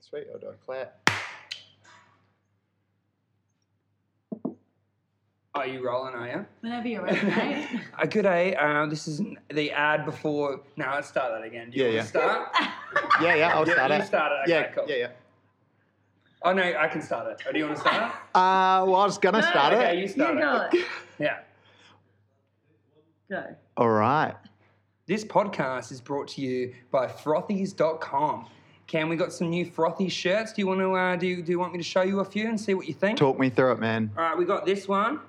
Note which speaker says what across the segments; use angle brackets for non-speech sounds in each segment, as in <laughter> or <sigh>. Speaker 1: Sweet, hold on, clap.
Speaker 2: Are you rolling, are you?
Speaker 3: Whenever you're ready,
Speaker 1: <laughs>
Speaker 3: mate.
Speaker 2: <laughs> uh, good day. Um, this is n- the ad before. No, let's start that again. Do you
Speaker 1: Yeah,
Speaker 2: want to start?
Speaker 1: Yeah, yeah, <laughs> I'll
Speaker 2: Yeah,
Speaker 1: start
Speaker 2: you
Speaker 1: it.
Speaker 2: start it, okay,
Speaker 1: yeah,
Speaker 2: cool.
Speaker 1: yeah, yeah.
Speaker 2: Oh no, I can start it. Oh, do you want to
Speaker 1: <laughs>
Speaker 2: start
Speaker 1: Uh, well, I was gonna
Speaker 3: No,
Speaker 2: it?
Speaker 1: start
Speaker 2: Okay,
Speaker 1: it.
Speaker 2: you
Speaker 3: you
Speaker 2: start it.
Speaker 3: go.
Speaker 2: Yeah.
Speaker 3: Go.
Speaker 1: All right.
Speaker 2: This podcast is brought to you by frothies.com. Cam, we got some new frothy shirts. Do you want to uh, do, do you want me to show you a few and see what you think?
Speaker 1: Talk me through it, man.
Speaker 2: All right, we got this one.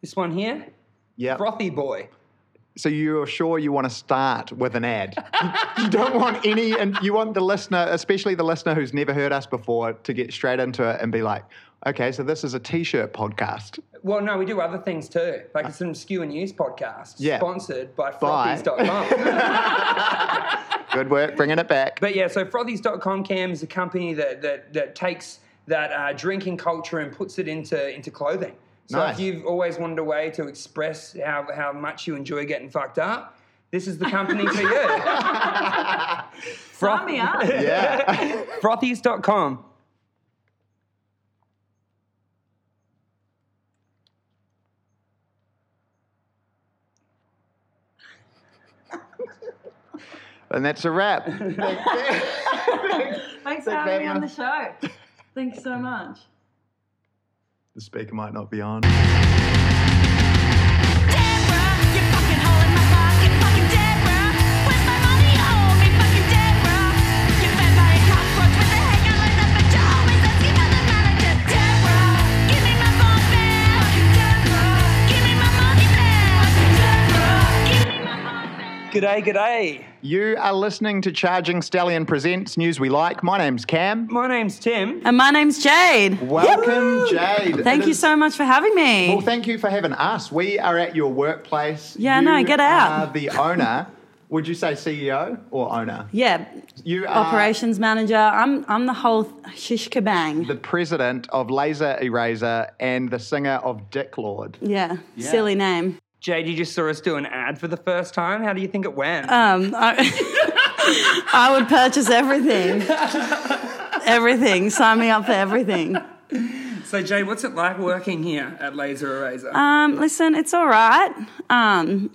Speaker 2: This one here.
Speaker 1: Yeah.
Speaker 2: Frothy boy.
Speaker 1: So you're sure you want to start with an ad? <laughs> you don't want any, and you want the listener, especially the listener who's never heard us before, to get straight into it and be like, okay, so this is a t-shirt podcast.
Speaker 2: Well, no, we do other things too. Like it's an obscure news podcast
Speaker 1: Uh. Yeah.
Speaker 2: sponsored by
Speaker 1: By- <laughs>
Speaker 2: frothies.com.
Speaker 1: Good work, bringing it
Speaker 2: <laughs>
Speaker 1: back.
Speaker 2: but yeah, so frothies.com, Cam, is a company that, that, that takes that uh, drinking culture and puts it into, into clothing. So
Speaker 1: Nice.
Speaker 2: if you've always wanted a way to express how, how much you enjoy getting fucked up, this is the company for you.
Speaker 3: <laughs> Sign me up.
Speaker 1: <laughs> Yeah.
Speaker 2: frothies.com.
Speaker 1: and that's a wrap. <laughs>
Speaker 3: Thanks for having me
Speaker 1: very
Speaker 3: on the
Speaker 1: much.
Speaker 3: show. Thanks so much.
Speaker 1: The speaker might not be on.
Speaker 4: Dead, bruh. You're fucking hole in my pocket. You're fucking dead, bruh. Where's my money? You owe me. Fucking dead, bruh. You vampire cockroach with a hang on the but you always asking for the manager. Dead, bruh. Give me my phone back. Fucking dead, bruh. Give me my money back. Fucking dead, bruh. Give me my money back.
Speaker 2: G'day, g'day.
Speaker 1: You are listening to Charging Stallion Presents News We Like. My name's Cam.
Speaker 2: My name's Tim.
Speaker 3: And my name's Jade.
Speaker 1: Welcome, Jade.
Speaker 3: Thank
Speaker 1: It
Speaker 3: you
Speaker 1: is-
Speaker 3: so much for having me.
Speaker 1: Well, thank you for having us. We are at your workplace.
Speaker 3: Yeah,
Speaker 1: You
Speaker 3: no, get out.
Speaker 1: Are the owner. Would you say CEO or owner?
Speaker 3: yeah.
Speaker 1: You are
Speaker 3: Operations manager. I'm I'm the whole shish kabang.
Speaker 1: the president of Laser Eraser and the singer of Dick Lord.
Speaker 3: yeah. Silly name.
Speaker 2: Jade, you just saw us do an ad for the first time. How do you think it went?
Speaker 3: Um, I, <laughs> I would purchase everything. everything. Sign me up for everything.
Speaker 2: so, Jade, what's it like working here at Laser Eraser?
Speaker 3: Um, listen, it's all right. Um,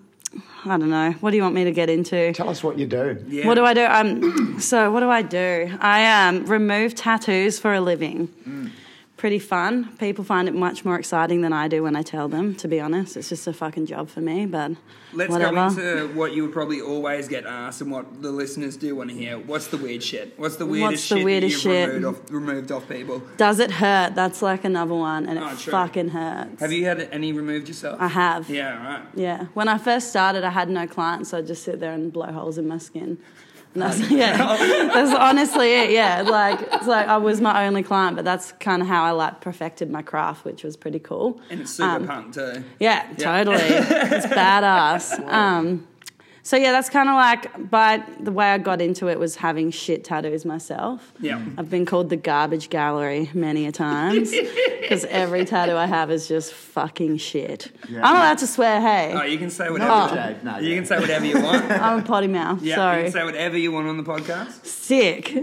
Speaker 3: I don't know. What do you want me to get into?
Speaker 1: Tell us what you do. Yeah.
Speaker 3: What do I do? Um, so what do I do? I um, remove tattoos for a living.
Speaker 2: Mm.
Speaker 3: Pretty fun. People find it much more exciting than I do when I tell them. To be honest, it's just a fucking job for me. But
Speaker 2: Let's
Speaker 3: whatever.
Speaker 2: go into what you would probably always get asked and what the listeners do want to hear. What's the weird shit? What's the weirdest
Speaker 3: the
Speaker 2: shit
Speaker 3: weirdest
Speaker 2: that you've
Speaker 3: shit?
Speaker 2: Removed, off, removed off people?
Speaker 3: Does it hurt? That's like another one, and it
Speaker 2: Oh, true.
Speaker 3: fucking hurts.
Speaker 2: Have you had any removed yourself?
Speaker 3: I have.
Speaker 2: Yeah, right.
Speaker 3: Yeah. When I first started, I had no clients, so I'd just sit there and blow holes in my skin. And that's,
Speaker 2: <laughs>
Speaker 3: <laughs> yeah, that's honestly it. Yeah, like it's like I was my only client, but that's kind of how I like perfected my craft, which was pretty cool.
Speaker 2: And it's
Speaker 3: Um,
Speaker 2: super punk too.
Speaker 3: Yeah,
Speaker 2: <laughs>
Speaker 3: totally. it's badass. Um, so yeah, that's kind of like. But the way I got into it was having shit tattoos myself.
Speaker 2: Yeah.
Speaker 3: I've been called the garbage gallery many
Speaker 2: <laughs>
Speaker 3: a times because every tattoo I have is just fucking shit. I'm allowed to swear. Hey,
Speaker 2: Oh, you can say whatever.
Speaker 3: Oh.
Speaker 1: Jade, Uh, no,
Speaker 2: you
Speaker 1: yeah.
Speaker 2: can say whatever you
Speaker 3: <laughs>
Speaker 2: want.
Speaker 3: I'm a potty mouth.
Speaker 2: Yeah, you
Speaker 3: Sorry.
Speaker 2: can say whatever you want on the podcast.
Speaker 3: Sick.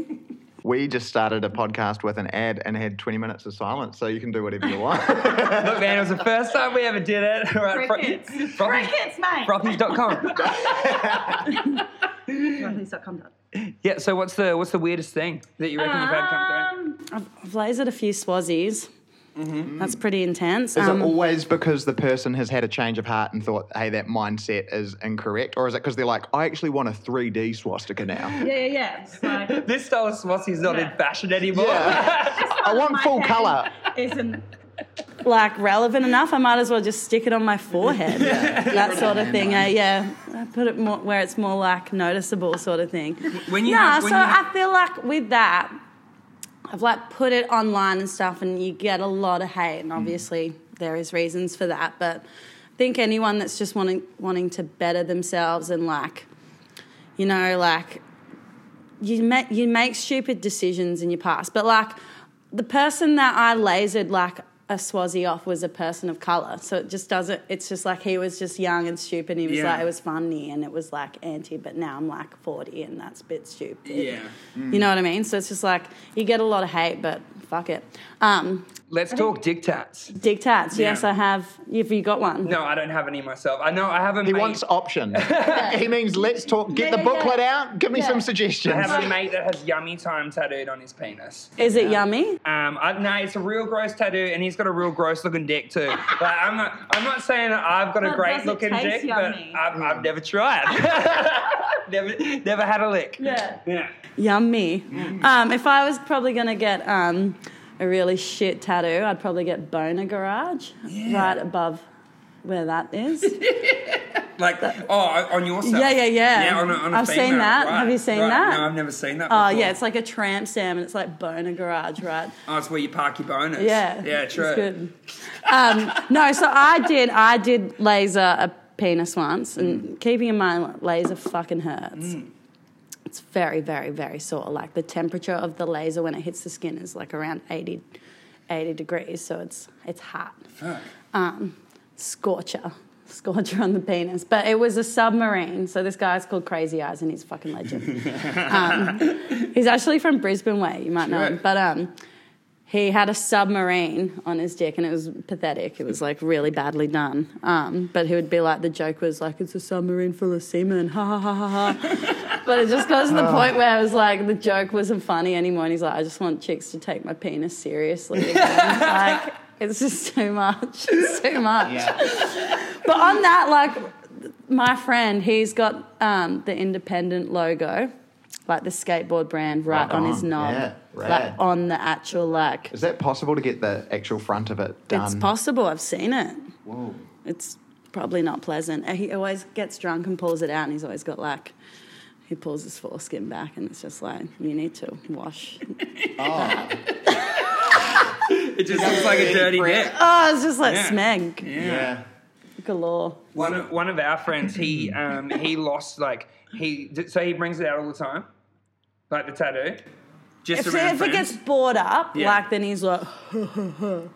Speaker 1: We just started a podcast with an ad and had 20 minutes of silence, so you can do whatever you
Speaker 2: <laughs>
Speaker 1: want.
Speaker 2: Look, man, it was the first time we ever did it. <laughs> All right, fro-
Speaker 3: Crickets.
Speaker 2: frothies-
Speaker 3: mate.
Speaker 2: <laughs>
Speaker 3: <laughs>
Speaker 2: frothies.com. Yeah, so what's the what's the weirdest thing that you reckon you've had come
Speaker 3: Um, I've, I've lasered a few swazis.
Speaker 2: Mm-hmm.
Speaker 3: That's pretty intense.
Speaker 1: Is
Speaker 3: Um,
Speaker 1: it always because the person has had a change of heart and thought, hey, that mindset is incorrect? Or is it because they're like, I actually want a 3D swastika now?
Speaker 3: yeah, yeah, yeah. It's like,
Speaker 2: through? This style of swasti's not in
Speaker 3: Yeah.
Speaker 2: fashion anymore.
Speaker 1: I want full colour.
Speaker 3: isn't like relevant enough. I might as well just stick it on
Speaker 2: <laughs>
Speaker 3: my forehead, that sort of thing. I, yeah, I put it more, where it's more like noticeable, sort of thing.
Speaker 2: When you
Speaker 3: nah,
Speaker 2: have- when
Speaker 3: so
Speaker 2: you have-
Speaker 3: I feel like with that, I've like put it online and stuff, and you get a lot of hate, and obviously there is reasons for that. But I think anyone that's just wanting wanting to better themselves and like, you know, like you make you make stupid decisions in your past. But like the person that I lasered, like a Swazi off was a person of color. So it just doesn't. It's just like he was just young and stupid. And he was
Speaker 2: Yeah.
Speaker 3: like it was funny and it was like anti. But now I'm like 40 and that's a bit stupid.
Speaker 2: Yeah. Mm.
Speaker 3: You know what I mean? So it's just like you get a lot of hate, but fuck it. Um,
Speaker 2: Let's talk dictats.
Speaker 3: dictats. Yes,
Speaker 2: Yeah.
Speaker 3: I have. If you got one.
Speaker 2: No, I don't have any myself. I know I have a
Speaker 1: He
Speaker 2: mate.
Speaker 1: wants
Speaker 2: <laughs>
Speaker 1: options. he means let's talk. Get
Speaker 3: Yeah,
Speaker 1: the
Speaker 3: yeah, yeah.
Speaker 1: booklet out. Give me
Speaker 3: Yeah.
Speaker 1: some
Speaker 2: I
Speaker 1: suggestions.
Speaker 2: have a mate that has yummy time tattooed on his penis.
Speaker 3: Is it yummy?
Speaker 2: Um, I, no, it's a real gross tattoo, and he's got a real gross looking dick too. Like, I'm not, I'm not saying that I've got a
Speaker 3: But
Speaker 2: great
Speaker 3: does it
Speaker 2: looking
Speaker 3: taste
Speaker 2: dick,
Speaker 3: yummy?
Speaker 2: but I've, I've never tried. never, never had a lick.
Speaker 3: Yeah.
Speaker 2: Yeah.
Speaker 3: Yummy. Um, if I was probably going to get um, a really shit tattoo, I'd probably get Boner Garage right above where that
Speaker 2: <laughs>
Speaker 3: is.
Speaker 2: Like, oh, on your side.
Speaker 3: Yeah, yeah, yeah.
Speaker 2: Yeah, on a, on a
Speaker 3: I've seen
Speaker 2: female,
Speaker 3: that.
Speaker 2: right,
Speaker 3: Have you seen
Speaker 2: right.
Speaker 3: that?
Speaker 2: No, I've never seen that.
Speaker 3: Oh,
Speaker 2: before.
Speaker 3: yeah, it's like a tramp stamp and it's like Boner Garage, right?
Speaker 2: oh, it's where you park your bonus.
Speaker 3: Yeah.
Speaker 2: Yeah, true.
Speaker 3: It's good. Um, no, so I did, I did laser a penis once,
Speaker 2: Mm.
Speaker 3: and keeping in mind, laser fucking hurts. It's very, very, very sore. Like the temperature of the laser when it hits the skin is like around 80, 80 degrees, so it's it's hot.
Speaker 2: Fuck.
Speaker 3: Um, scorcher. Scorcher on the penis, but it was a submarine. So this guy's called Crazy Eyes, and he's a fucking legend. um, he's actually from Brisbane way. You might know him,
Speaker 2: Sure.
Speaker 3: but um, he had a submarine on his dick and it was pathetic. It was like really badly done. Um, but he would be like, the joke was like, it's a submarine full of semen, ha ha ha ha ha. but it just got to the point where I was like, the joke wasn't funny anymore. And he's like, I just want chicks to take my penis seriously. again." like, it's just too much. It's too much. But on that, like my friend, he's got um, the independent logo, like the skateboard brand, right,
Speaker 1: Right
Speaker 3: on,
Speaker 1: on.
Speaker 3: his knob,
Speaker 1: Yeah,
Speaker 3: like
Speaker 1: rad.
Speaker 3: on the actual like.
Speaker 1: Is that possible to get the actual front of it done?
Speaker 3: It's possible. I've seen it.
Speaker 1: Whoa.
Speaker 3: It's probably not pleasant. Uh, He always gets drunk and pulls it out, and he's always got like. He pulls his foreskin back, and it's just like you need to wash.
Speaker 2: It just looks like a dirty dick.
Speaker 3: <laughs> oh, it's just like
Speaker 2: Yeah.
Speaker 3: smeg
Speaker 1: Yeah.
Speaker 3: galore.
Speaker 2: One of, one of our friends, he um, he lost like he so he brings it out all the time, like the tattoo. Just
Speaker 3: If,
Speaker 2: around
Speaker 3: if it
Speaker 2: friends.
Speaker 3: gets bored up,
Speaker 2: Yeah.
Speaker 3: like then he's like,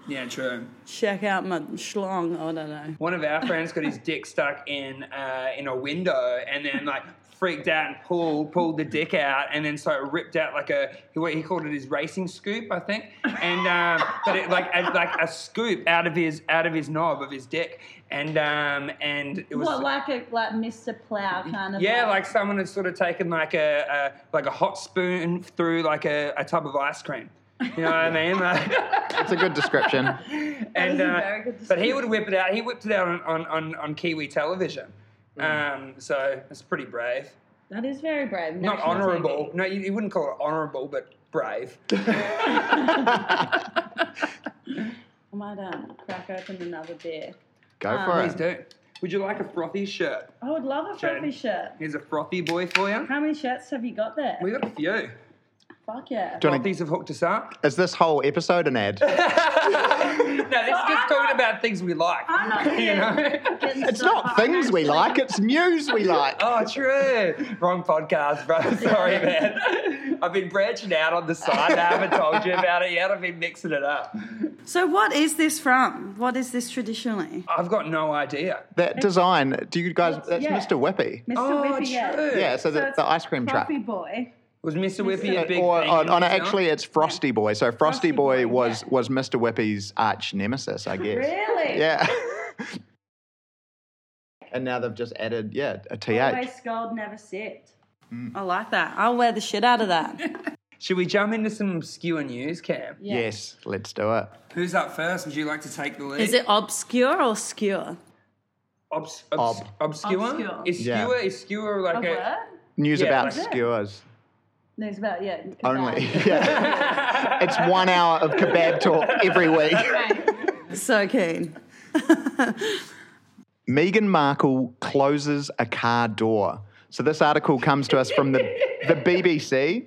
Speaker 2: yeah, true.
Speaker 3: check out my schlong. I don't know.
Speaker 2: One of our friends got his dick stuck in uh, in a window, and then like freaked out and pulled pulled the dick out, and then so it ripped out like a what he called it his racing scoop, I think, and um, but it like a, like a scoop out of his out of his knob of his dick, and um, and it was
Speaker 3: What, like a like Mr. Plow kind of?
Speaker 2: Yeah, like someone had sort of taken like a, a like a hot spoon through like a, a tub of ice cream. You know what <laughs> I mean? Like,
Speaker 1: It's a good
Speaker 2: <laughs>
Speaker 1: description.
Speaker 2: and uh,
Speaker 3: is a very good
Speaker 2: but he would whip it out. He whipped it out on on, on, on Kiwi television. Um, so it's pretty brave.
Speaker 3: that is very brave.
Speaker 2: Not honourable. No, you, you wouldn't call it honourable, but brave.
Speaker 3: I might um, crack open another beer.
Speaker 1: Go
Speaker 3: Um,
Speaker 1: for
Speaker 2: Uh, Please
Speaker 1: it.
Speaker 2: do. Would you like a frothy shirt?
Speaker 3: I would love a
Speaker 2: Jen.
Speaker 3: fluffy shirt.
Speaker 2: Here's a frothy boy for you.
Speaker 3: How many shirts have you got there?
Speaker 2: We got a few.
Speaker 3: Fuck yeah.
Speaker 1: Do you wanna-
Speaker 2: Frothies have hooked us up.
Speaker 1: is this whole episode an ad?
Speaker 2: <laughs> No, this is just talking about things we like.
Speaker 3: I'm not
Speaker 2: You know?
Speaker 3: getting
Speaker 1: It's
Speaker 3: stuck
Speaker 2: <laughs>
Speaker 1: not
Speaker 3: up.
Speaker 1: things we like, it's news we like.
Speaker 2: Oh, true. Wrong podcast, bro. <laughs> Sorry, man. I've been branching out on the side. I haven't told you about it yet. I've been mixing it up.
Speaker 3: So what is this from? What is this traditionally?
Speaker 2: I've got no idea.
Speaker 1: That design, do you guys, that's
Speaker 3: yeah.
Speaker 1: Mr. Whippy.
Speaker 3: Mr.
Speaker 2: Oh,
Speaker 3: Whippy,
Speaker 2: true.
Speaker 1: Yeah, so, the,
Speaker 3: it's
Speaker 1: the ice cream truck.
Speaker 3: Coffee boy.
Speaker 2: Was Mr. Whippy a big
Speaker 1: Or,
Speaker 2: thing?
Speaker 1: on,
Speaker 2: in
Speaker 1: on a-
Speaker 2: New Zealand?
Speaker 1: actually, it's Frosty Boy. So Frosty,
Speaker 3: Frosty
Speaker 1: Boy,
Speaker 3: Boy,
Speaker 1: was
Speaker 3: yeah.
Speaker 1: was Mr. Whippy's arch nemesis, I guess.
Speaker 3: Really?
Speaker 1: Yeah. <laughs> and now they've just added, yeah, a TH.
Speaker 3: Always scold, never sit. Mm. I like that. I'll wear the shit out of <laughs> that.
Speaker 2: Should we jump into some obscure news, Cam?
Speaker 3: Yeah.
Speaker 1: Yes, let's do it.
Speaker 2: Who's up first? Would you like to take the lead?
Speaker 3: Is it obscure or skewer?
Speaker 2: Obs- obs-
Speaker 1: Ob.
Speaker 2: obscure?
Speaker 3: Obscure.
Speaker 2: Is skewer,
Speaker 1: Yeah.
Speaker 2: is skewer like a.
Speaker 1: News
Speaker 2: Yeah,
Speaker 1: about
Speaker 2: like- Is
Speaker 3: it?
Speaker 1: skewers
Speaker 3: There's about yeah.
Speaker 1: only. Yeah.
Speaker 3: <laughs>
Speaker 1: it's one hour of kebab talk every week.
Speaker 3: So keen.
Speaker 1: Meghan Markle closes a car door. So this article comes to us from the, the BBC.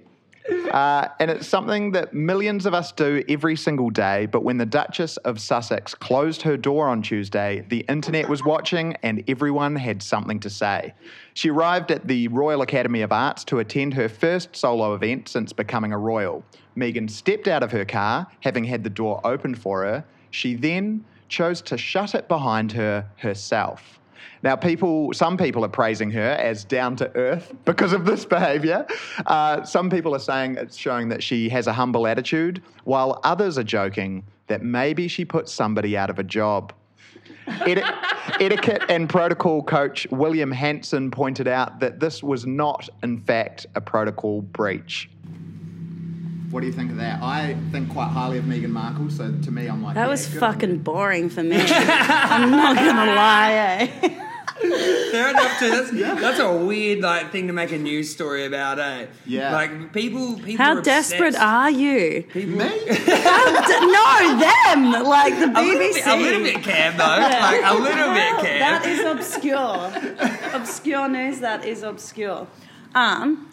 Speaker 1: Uh, and it's something that millions of us do every single day. But when the Duchess of Sussex closed her door on Tuesday, the internet was watching and everyone had something to say. She arrived at the Royal Academy of Arts to attend her first solo event since becoming a royal. Megan stepped out of her car, having had the door opened for her, She then chose to shut it behind her herself. Now, people, some people are praising her as down to earth <laughs> because of this behavior. Uh, some people are saying it's showing that she has a humble attitude, while others are joking that maybe she put somebody out of a job. Eti- <laughs> etiquette and protocol coach William Hanson pointed out that this was not, in fact, a protocol breach. What do you think of that? I think quite highly of Megan Markle, so to me, I'm like
Speaker 3: That was fucking boring
Speaker 2: <laughs>
Speaker 3: for me. I'm not gonna lie. Eh?
Speaker 2: Fair enough. To
Speaker 1: <laughs>
Speaker 2: that's, that's a weird like thing to make a news story about, eh?
Speaker 1: Yeah.
Speaker 2: Like people, people.
Speaker 3: How
Speaker 2: are
Speaker 3: desperate
Speaker 2: obsessed.
Speaker 3: are you?
Speaker 1: me.
Speaker 3: How de- no, them like the BBC.
Speaker 2: A little bit, a little bit, Cam though. Like a little bit,
Speaker 3: Well,
Speaker 2: Cam.
Speaker 3: <laughs> That is obscure. obscure news. That is obscure. Um,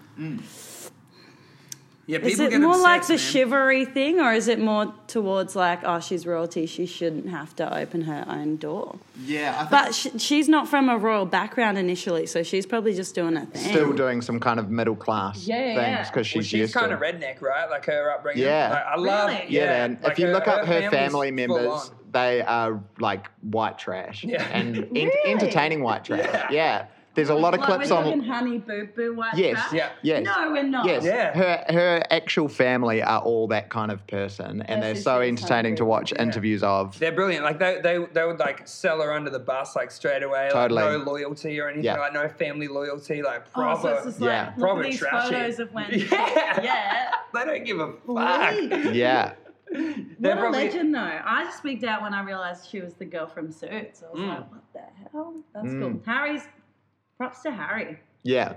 Speaker 2: yeah, people
Speaker 3: is it
Speaker 2: get
Speaker 3: more like
Speaker 2: obsessed,
Speaker 3: the
Speaker 2: man.
Speaker 3: chivalry thing, or is it more towards like, oh, she's royalty, she shouldn't have to open her own door?
Speaker 1: Yeah, I think
Speaker 3: But sh- she's not from a royal background initially, so she's probably just doing her thing.
Speaker 1: still doing some kind of middle class
Speaker 3: Mm. Yeah, yeah,
Speaker 1: things
Speaker 3: yeah.
Speaker 1: because she's,
Speaker 2: Well, she's
Speaker 1: used
Speaker 2: kind
Speaker 1: to.
Speaker 2: of redneck, right? Like her upbringing.
Speaker 1: Yeah.
Speaker 2: Like, I love.
Speaker 3: Really?
Speaker 1: yeah,
Speaker 2: Yeah,
Speaker 1: man.
Speaker 2: like
Speaker 1: if you look up her family
Speaker 2: family's full
Speaker 1: members,
Speaker 2: on.
Speaker 1: they are like white trash
Speaker 2: Yeah. <laughs>
Speaker 1: and en-
Speaker 3: Really?
Speaker 1: entertaining white trash. Yeah. There's a lot of clips on.
Speaker 3: honey boo boo white
Speaker 1: Yes.
Speaker 2: Yeah.
Speaker 1: Yes.
Speaker 3: we're not.
Speaker 1: Yes,
Speaker 2: Yeah.
Speaker 1: her her actual family are all that kind of person, and they're
Speaker 3: she's
Speaker 1: so
Speaker 3: really
Speaker 1: entertaining to
Speaker 3: hungry.
Speaker 1: watch interviews of.
Speaker 2: They're brilliant. Like they, they, they would like sell her under the bus like straight away. Like,
Speaker 1: Totally.
Speaker 2: No loyalty or anything.
Speaker 1: Yeah.
Speaker 2: Like no family loyalty. Like
Speaker 5: Oh,
Speaker 2: proper.
Speaker 5: so it's just
Speaker 1: Yeah.
Speaker 5: like, look
Speaker 2: Proper
Speaker 5: at these
Speaker 2: trashy.
Speaker 5: photos
Speaker 2: <laughs>
Speaker 5: of when.
Speaker 2: Yeah.
Speaker 5: yeah.
Speaker 2: they don't give a fuck.
Speaker 1: <laughs>
Speaker 5: Really?
Speaker 1: Yeah,
Speaker 2: They're
Speaker 5: What a
Speaker 2: probably-
Speaker 5: legend, though. I just wigged out when I realised she was the girl from Suits.
Speaker 2: Hmm.
Speaker 5: I was like, what the hell? That's cool. Harry's. Props to Harry.
Speaker 1: yeah.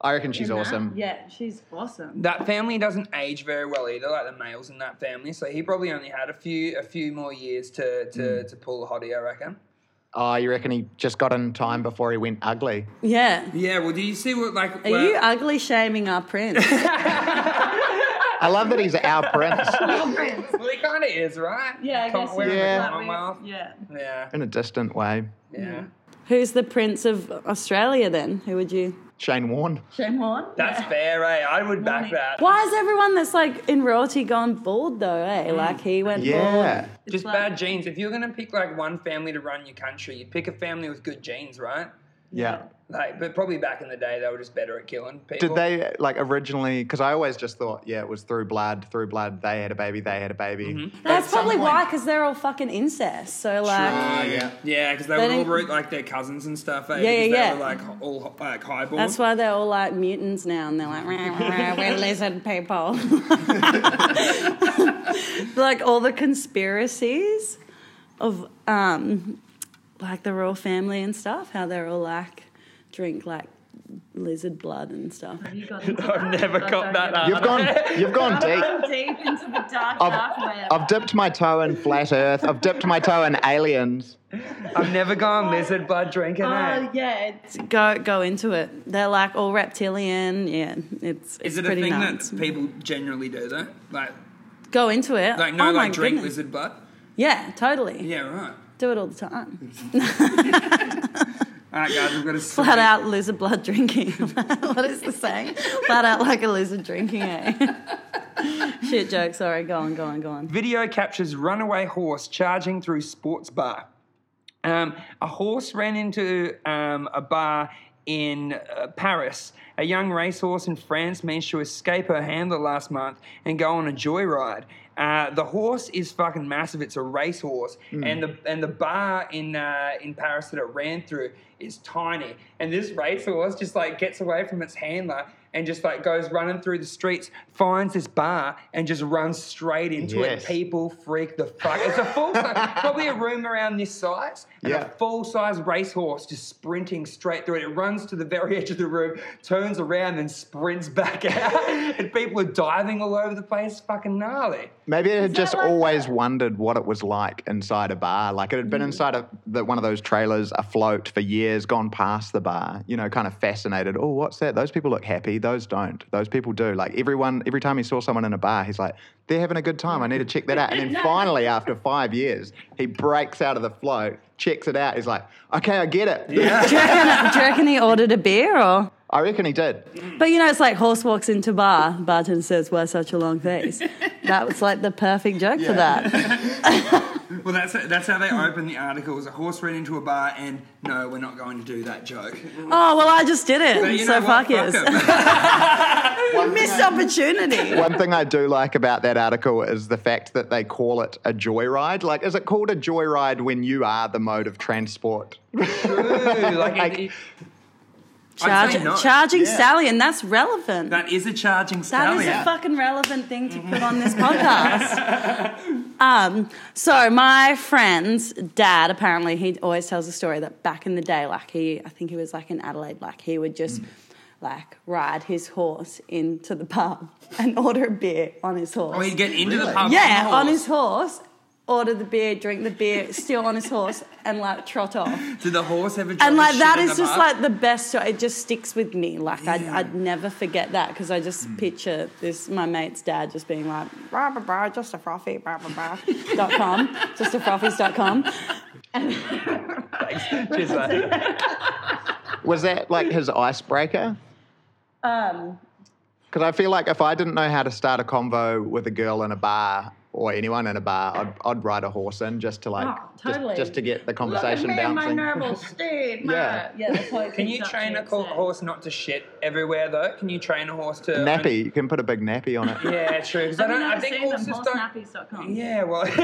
Speaker 1: I reckon she's
Speaker 5: in that.
Speaker 1: awesome.
Speaker 5: Yeah, she's awesome.
Speaker 2: That family doesn't age very well either. Like the males in that family, so he probably only had a few, a few more years to to,
Speaker 1: Hmm.
Speaker 2: to pull the hottie. I reckon.
Speaker 1: Oh, you reckon he just got in time before he went ugly?
Speaker 3: Yeah.
Speaker 2: Yeah. Well, do you see what like?
Speaker 3: Are you ugly shaming our prince?
Speaker 1: <laughs> I love that he's our
Speaker 3: <laughs>
Speaker 1: prince.
Speaker 5: Prince.
Speaker 2: well, he kind of is, right?
Speaker 5: Yeah, I
Speaker 2: Can't
Speaker 5: guess.
Speaker 2: wear
Speaker 5: it's
Speaker 2: him
Speaker 1: Yeah.
Speaker 5: like
Speaker 2: with
Speaker 5: we-
Speaker 2: Commonwealth.
Speaker 5: Yeah.
Speaker 2: Yeah.
Speaker 1: in a distant way.
Speaker 2: Yeah.
Speaker 3: Who's the prince of Australia then? Who would you?
Speaker 1: Shane Warne.
Speaker 5: Shane Warne.
Speaker 2: That's
Speaker 5: yeah.
Speaker 2: fair, eh? I would back
Speaker 5: Morning.
Speaker 2: that.
Speaker 3: Why is everyone that's like in royalty gone bald though? Eh, like he went
Speaker 1: Yeah.
Speaker 3: bald.
Speaker 2: Just
Speaker 5: like-
Speaker 2: bad genes. If you're gonna pick like one family to run your country, you'd pick a family with good genes, right?
Speaker 1: Yeah.
Speaker 2: Like, but probably back in the day, they were just better at killing people.
Speaker 1: Did they like originally? Because I always just thought, yeah, it was through blood, through blood. They had a baby, they had a baby.
Speaker 3: That's
Speaker 1: some
Speaker 3: probably
Speaker 1: point-
Speaker 3: why, because they're all fucking incest. So like,
Speaker 1: Ah, yeah.
Speaker 2: Yeah, because they,
Speaker 3: They
Speaker 2: were all
Speaker 3: didn't-
Speaker 2: root like their cousins and stuff. Eh?
Speaker 3: Yeah, yeah,
Speaker 2: because
Speaker 3: yeah.
Speaker 2: They were like h- all h- like highborn.
Speaker 3: that's why they're all like mutants now, and they're like, rah, rah, rah, we're lizard people. <laughs> like all the conspiracies of um, like the royal family and stuff, how they're all like drink like lizard blood and stuff.
Speaker 5: You got into
Speaker 2: <laughs> I've never got
Speaker 5: I don't
Speaker 2: that.
Speaker 5: get
Speaker 2: up.
Speaker 1: You've gone, you've gone deep.
Speaker 5: it. Deep into the dark, dark
Speaker 1: I've,
Speaker 5: web.
Speaker 1: I've dipped my toe in flat Earth. I've dipped my toe in aliens.
Speaker 2: I've never gone lizard blood drinking. eh?
Speaker 5: Oh, yeah. It's,
Speaker 3: go go into it. They're like all reptilian. Yeah, it's it's
Speaker 2: Is it a
Speaker 3: pretty
Speaker 2: thing
Speaker 3: nuts.
Speaker 2: that people generally do though? Like,
Speaker 3: go into it.
Speaker 2: like
Speaker 3: oh
Speaker 2: no,
Speaker 3: my
Speaker 2: like drink
Speaker 3: goodness.
Speaker 2: lizard blood.
Speaker 3: Yeah, totally.
Speaker 2: Yeah, right.
Speaker 3: Do it all the time.
Speaker 2: All right, guys, we've got to
Speaker 3: Flat out lizard blood drinking. <laughs> what is the saying? Flat out like a lizard drinking. Eh? <laughs> Shit joke. Sorry. Go on. Go on.
Speaker 2: <laughs>
Speaker 3: Go on.
Speaker 2: Video captures runaway horse charging through sports bar. Um, a horse ran into um, a bar in uh, Paris. A young racehorse in France managed to escape her handler last month and go on a joyride. Uh, the horse is fucking massive. It's a racehorse, and the and the bar in uh, in Paris that it ran through is tiny. And this racehorse just like gets away from its handler and just like goes running through the streets, finds this bar, and just runs straight into it.
Speaker 1: Yes.
Speaker 2: People people freak the fuck. It's a full
Speaker 1: <laughs>
Speaker 2: size, probably a room around this size, and
Speaker 1: Yeah.
Speaker 2: a full size racehorse just sprinting straight through it. It runs to the very <laughs> edge of the room, turns around, and sprints back <laughs> out. and people are diving all over the place. Fucking gnarly.
Speaker 1: Maybe it had just always wondered what it was like inside a bar. Like it had been inside a, the, one of those trailers afloat for years, gone past the bar, you know, kind of fascinated. Oh, what's that? Those people look happy. Those don't. Those people do. Like everyone, every time he saw someone in a bar, he's like, They're having a good time. I need to check that out. And then finally, after five years, he breaks out of the float, checks it out. He's like, okay, I get it.
Speaker 3: do, you reckon, <laughs> do you reckon he ordered a beer or?
Speaker 1: I reckon he did.
Speaker 3: But you know, it's like horse walks into bar. Bartender says, "Why such a long face?" That was like the perfect joke for that.
Speaker 2: Well, that's that's how they open the article. Is a horse ran into a bar, and no, we're not going to do that joke.
Speaker 3: Oh well, I just did it,
Speaker 2: But you
Speaker 3: so
Speaker 2: know what?
Speaker 3: fuck it.
Speaker 2: Fuck <laughs> 'em.
Speaker 3: <laughs> Missed opportunity.
Speaker 1: One thing I do like about that article is the fact that they call it a joyride. Like, is it called a joyride when you are the mode of transport?
Speaker 2: Ooh, <laughs> like,
Speaker 1: Like-
Speaker 2: it- I'd say
Speaker 3: Charge,
Speaker 2: no.
Speaker 3: charging
Speaker 1: Yeah.
Speaker 3: stallion. That's relevant.
Speaker 2: that is a charging
Speaker 3: That
Speaker 2: stallion.
Speaker 3: is a fucking relevant thing to put on this podcast. um, so my friend's dad, apparently, he always tells the story that back in the day, like he, I think he was like in Adelaide, like he would just like ride his horse into the pub <laughs> and order a beer on his horse.
Speaker 2: Oh, he'd get into the pub.
Speaker 3: yeah,
Speaker 2: the
Speaker 3: on
Speaker 2: horse.
Speaker 3: his horse. Order the beer, drink the beer, steal on his horse, and like trot off.
Speaker 2: Did the horse ever?
Speaker 3: And like that is just like the best. story. It just sticks with me. Like I'd, I'd never forget that because I just picture this my mate's dad just being like blah blah blah, just a frothy blah blah blah dot com, <laughs> just a frothies dot com.
Speaker 2: like. Just like
Speaker 1: Was that like his icebreaker?
Speaker 5: Um,
Speaker 1: Because I feel like if I didn't know how to start a convo with a girl in a bar or anyone in a bar, I'd, I'd ride a horse in just to like
Speaker 5: Oh, totally.
Speaker 1: just, just to get the
Speaker 5: look at
Speaker 1: conversation
Speaker 5: me, my
Speaker 1: bouncing. <laughs>
Speaker 5: noble steed. my-
Speaker 1: Yeah.
Speaker 5: yeah. That's how it
Speaker 2: Can
Speaker 5: comes
Speaker 2: you
Speaker 5: up
Speaker 2: train
Speaker 5: to
Speaker 2: a co-
Speaker 5: it, so.
Speaker 2: horse not to shit everywhere though? Can you train a horse to
Speaker 1: nappy, you can put a big nappy on it.
Speaker 2: Yeah, true. 'cause I
Speaker 5: Have you
Speaker 2: don't. I
Speaker 5: not
Speaker 2: think
Speaker 5: seen them?
Speaker 2: horses don't.
Speaker 5: Horsenappies.com.
Speaker 2: Yeah, well, <laughs>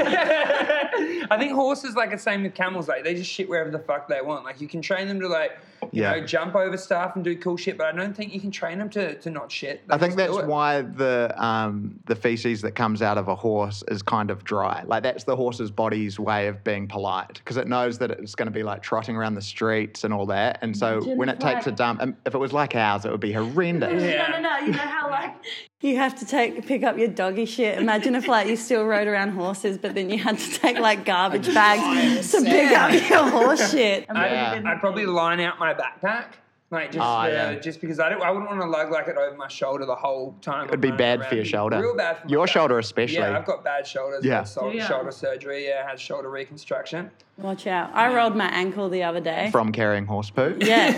Speaker 2: I think horses like the same with camels. Like they just shit wherever the fuck they want. Like you can train them to like, you
Speaker 1: Yeah.
Speaker 2: know, jump over stuff and do cool shit, but I don't think you can train them to, to not shit. They
Speaker 1: I think
Speaker 2: just do
Speaker 1: that's
Speaker 2: it.
Speaker 1: why the um, the feces that comes out of a horse is kind of dry. Like that's the horse's body's way of being polite because it knows that it's going to be like trotting around the streets and all that. And so
Speaker 5: Imagine
Speaker 1: when
Speaker 5: if
Speaker 1: it takes a
Speaker 5: like-
Speaker 1: dump, and if it was like ours, it would be horrendous.
Speaker 2: Yeah.
Speaker 5: <laughs> No, no, no. You know
Speaker 2: <laughs>
Speaker 5: how like
Speaker 3: You have to take pick up your doggy shit. Imagine if like you still rode around horses, but then you had to take like garbage bags to pick up your horse shit. Um,
Speaker 5: I'm really
Speaker 1: Yeah.
Speaker 5: good
Speaker 2: I'd probably line out my backpack. Like just,
Speaker 1: Ah,
Speaker 2: uh,
Speaker 1: yeah.
Speaker 2: just because I don't, I wouldn't want to lug like it over my shoulder the whole time.
Speaker 1: It'd be bad for your shoulder.
Speaker 2: Real bad for my
Speaker 1: Your
Speaker 2: back.
Speaker 1: shoulder especially.
Speaker 2: Yeah, I've got bad shoulders.
Speaker 1: Yeah.
Speaker 2: Yeah, so-
Speaker 5: Yeah.
Speaker 2: shoulder surgery. Yeah, had shoulder reconstruction.
Speaker 3: Watch out! I rolled my ankle the other day.
Speaker 1: from carrying horse poo.
Speaker 3: Yeah,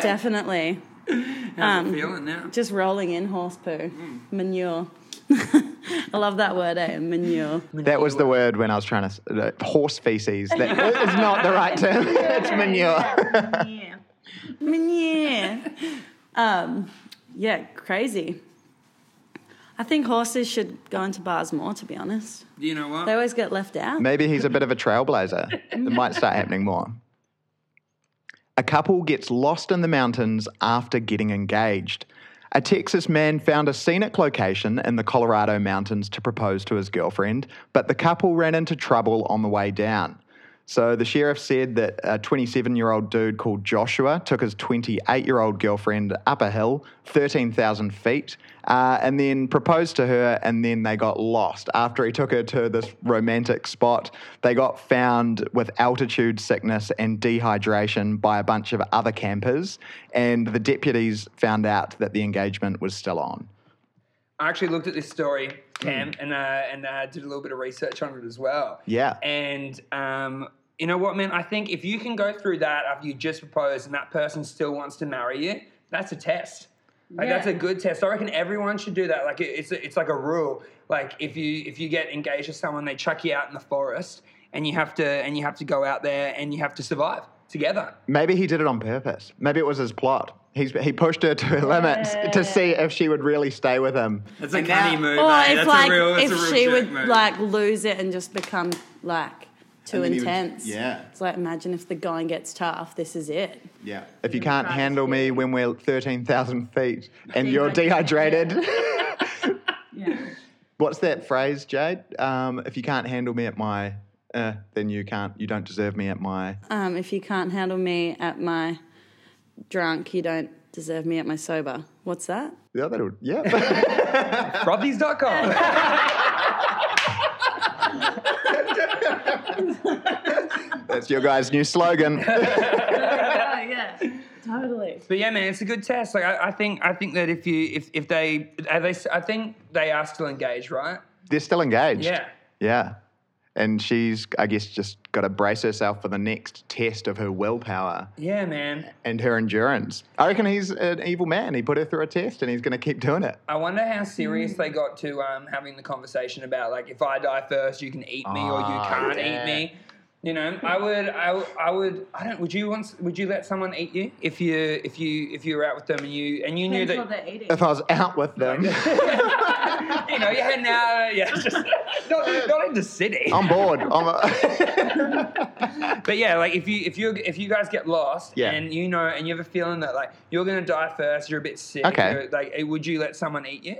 Speaker 3: definitely.
Speaker 2: How's it feeling now?
Speaker 3: Just rolling in horse poo, manure. <laughs> I love that word, eh? Manure.
Speaker 1: That was the word when I was trying to s- uh, horse feces. That
Speaker 5: <laughs>
Speaker 1: is not the right term. <laughs> it's manure.
Speaker 5: Yeah.
Speaker 3: Manure. <laughs> Um, yeah, crazy. I think horses should go into bars more, to be honest.
Speaker 2: You know what?
Speaker 3: They always get left out.
Speaker 1: Maybe he's a bit of a trailblazer. It might start happening more. A couple gets lost in the mountains after getting engaged. A Texas man found a scenic location in the Colorado mountains to propose to his girlfriend, but the couple ran into trouble on the way down. So the sheriff said that a 27 year old dude called Joshua took his 28 year old girlfriend up a hill, 13,000 feet, uh, and then proposed to her, and then they got lost. After he took her to this romantic spot, they got found with altitude sickness and dehydration by a bunch of other campers, and the deputies found out that the engagement was still on.
Speaker 2: I actually looked at this story, Cam, and uh, and uh, did a little bit of research on it as well.
Speaker 1: Yeah.
Speaker 2: And um, you know what, man? I think if you can go through that after you just proposed and that person still wants to marry you, that's a test. Like that's a
Speaker 5: Yeah.
Speaker 2: good test. I reckon everyone should do that. Like it, it's a, it's like a rule. Like if you if you get engaged to someone, they chuck you out in the forest, and you have to and you have to go out there and you have to survive together.
Speaker 1: Maybe he did it on purpose. Maybe it was his plot. He's, he pushed her to her limits to see if she would really stay with him.
Speaker 2: That's a cunny move.
Speaker 3: Or if like if she would like lose it and just become like too
Speaker 1: then he would-
Speaker 3: intense.
Speaker 1: yeah.
Speaker 3: It's like imagine if the going gets tough, this is it.
Speaker 1: Yeah. If you can't
Speaker 5: Right.
Speaker 1: handle me when we're 13,000 feet and you're
Speaker 5: Dehydrated.
Speaker 1: dehydrated, <laughs>
Speaker 5: Yeah.
Speaker 1: what's that phrase, Jade? Um, if you can't handle me at my, uh, then you can't, you don't deserve me at my.
Speaker 3: Um, if you can't handle me at my drunk, you don't deserve me at my sober. What's that?
Speaker 1: Yeah, that would, yeah. <laughs>
Speaker 3: <laughs>
Speaker 2: Frothies.com.
Speaker 1: That's your guys' new slogan.
Speaker 5: Oh yeah. Totally.
Speaker 2: But yeah, man, it's a good test. Like I, I think I think that if you if if they are they I think they are still engaged, right?
Speaker 1: they're still engaged.
Speaker 2: Yeah.
Speaker 1: Yeah. And she's, I guess, just got to brace herself for the next test of her willpower
Speaker 2: Yeah, man.
Speaker 1: and her endurance. I reckon he's an evil man. He put her through a test and he's going to keep doing it.
Speaker 2: I wonder how serious they got to um, having the conversation about like if I die first, you can eat me or you
Speaker 1: Ah,
Speaker 2: can't
Speaker 1: yeah.
Speaker 2: eat me. You know, I would, I, would- I would, I don't. Would you want? Would you let someone eat you if you, if you, if you were out with them and you, and you knew
Speaker 5: Depends
Speaker 2: that
Speaker 5: what they're eating.
Speaker 1: If I was out with them,
Speaker 2: you know, you're heading out, yeah, <laughs> just not, not in the city.
Speaker 1: I'm
Speaker 5: <laughs>
Speaker 1: bored. I'm <laughs> a-
Speaker 2: but yeah, like if you if you if you guys get lost
Speaker 1: Yeah.
Speaker 2: and you know and you have a feeling that like you're gonna die first, you're a bit sick.
Speaker 1: Okay.
Speaker 2: you're- like, eh, would you let someone eat you?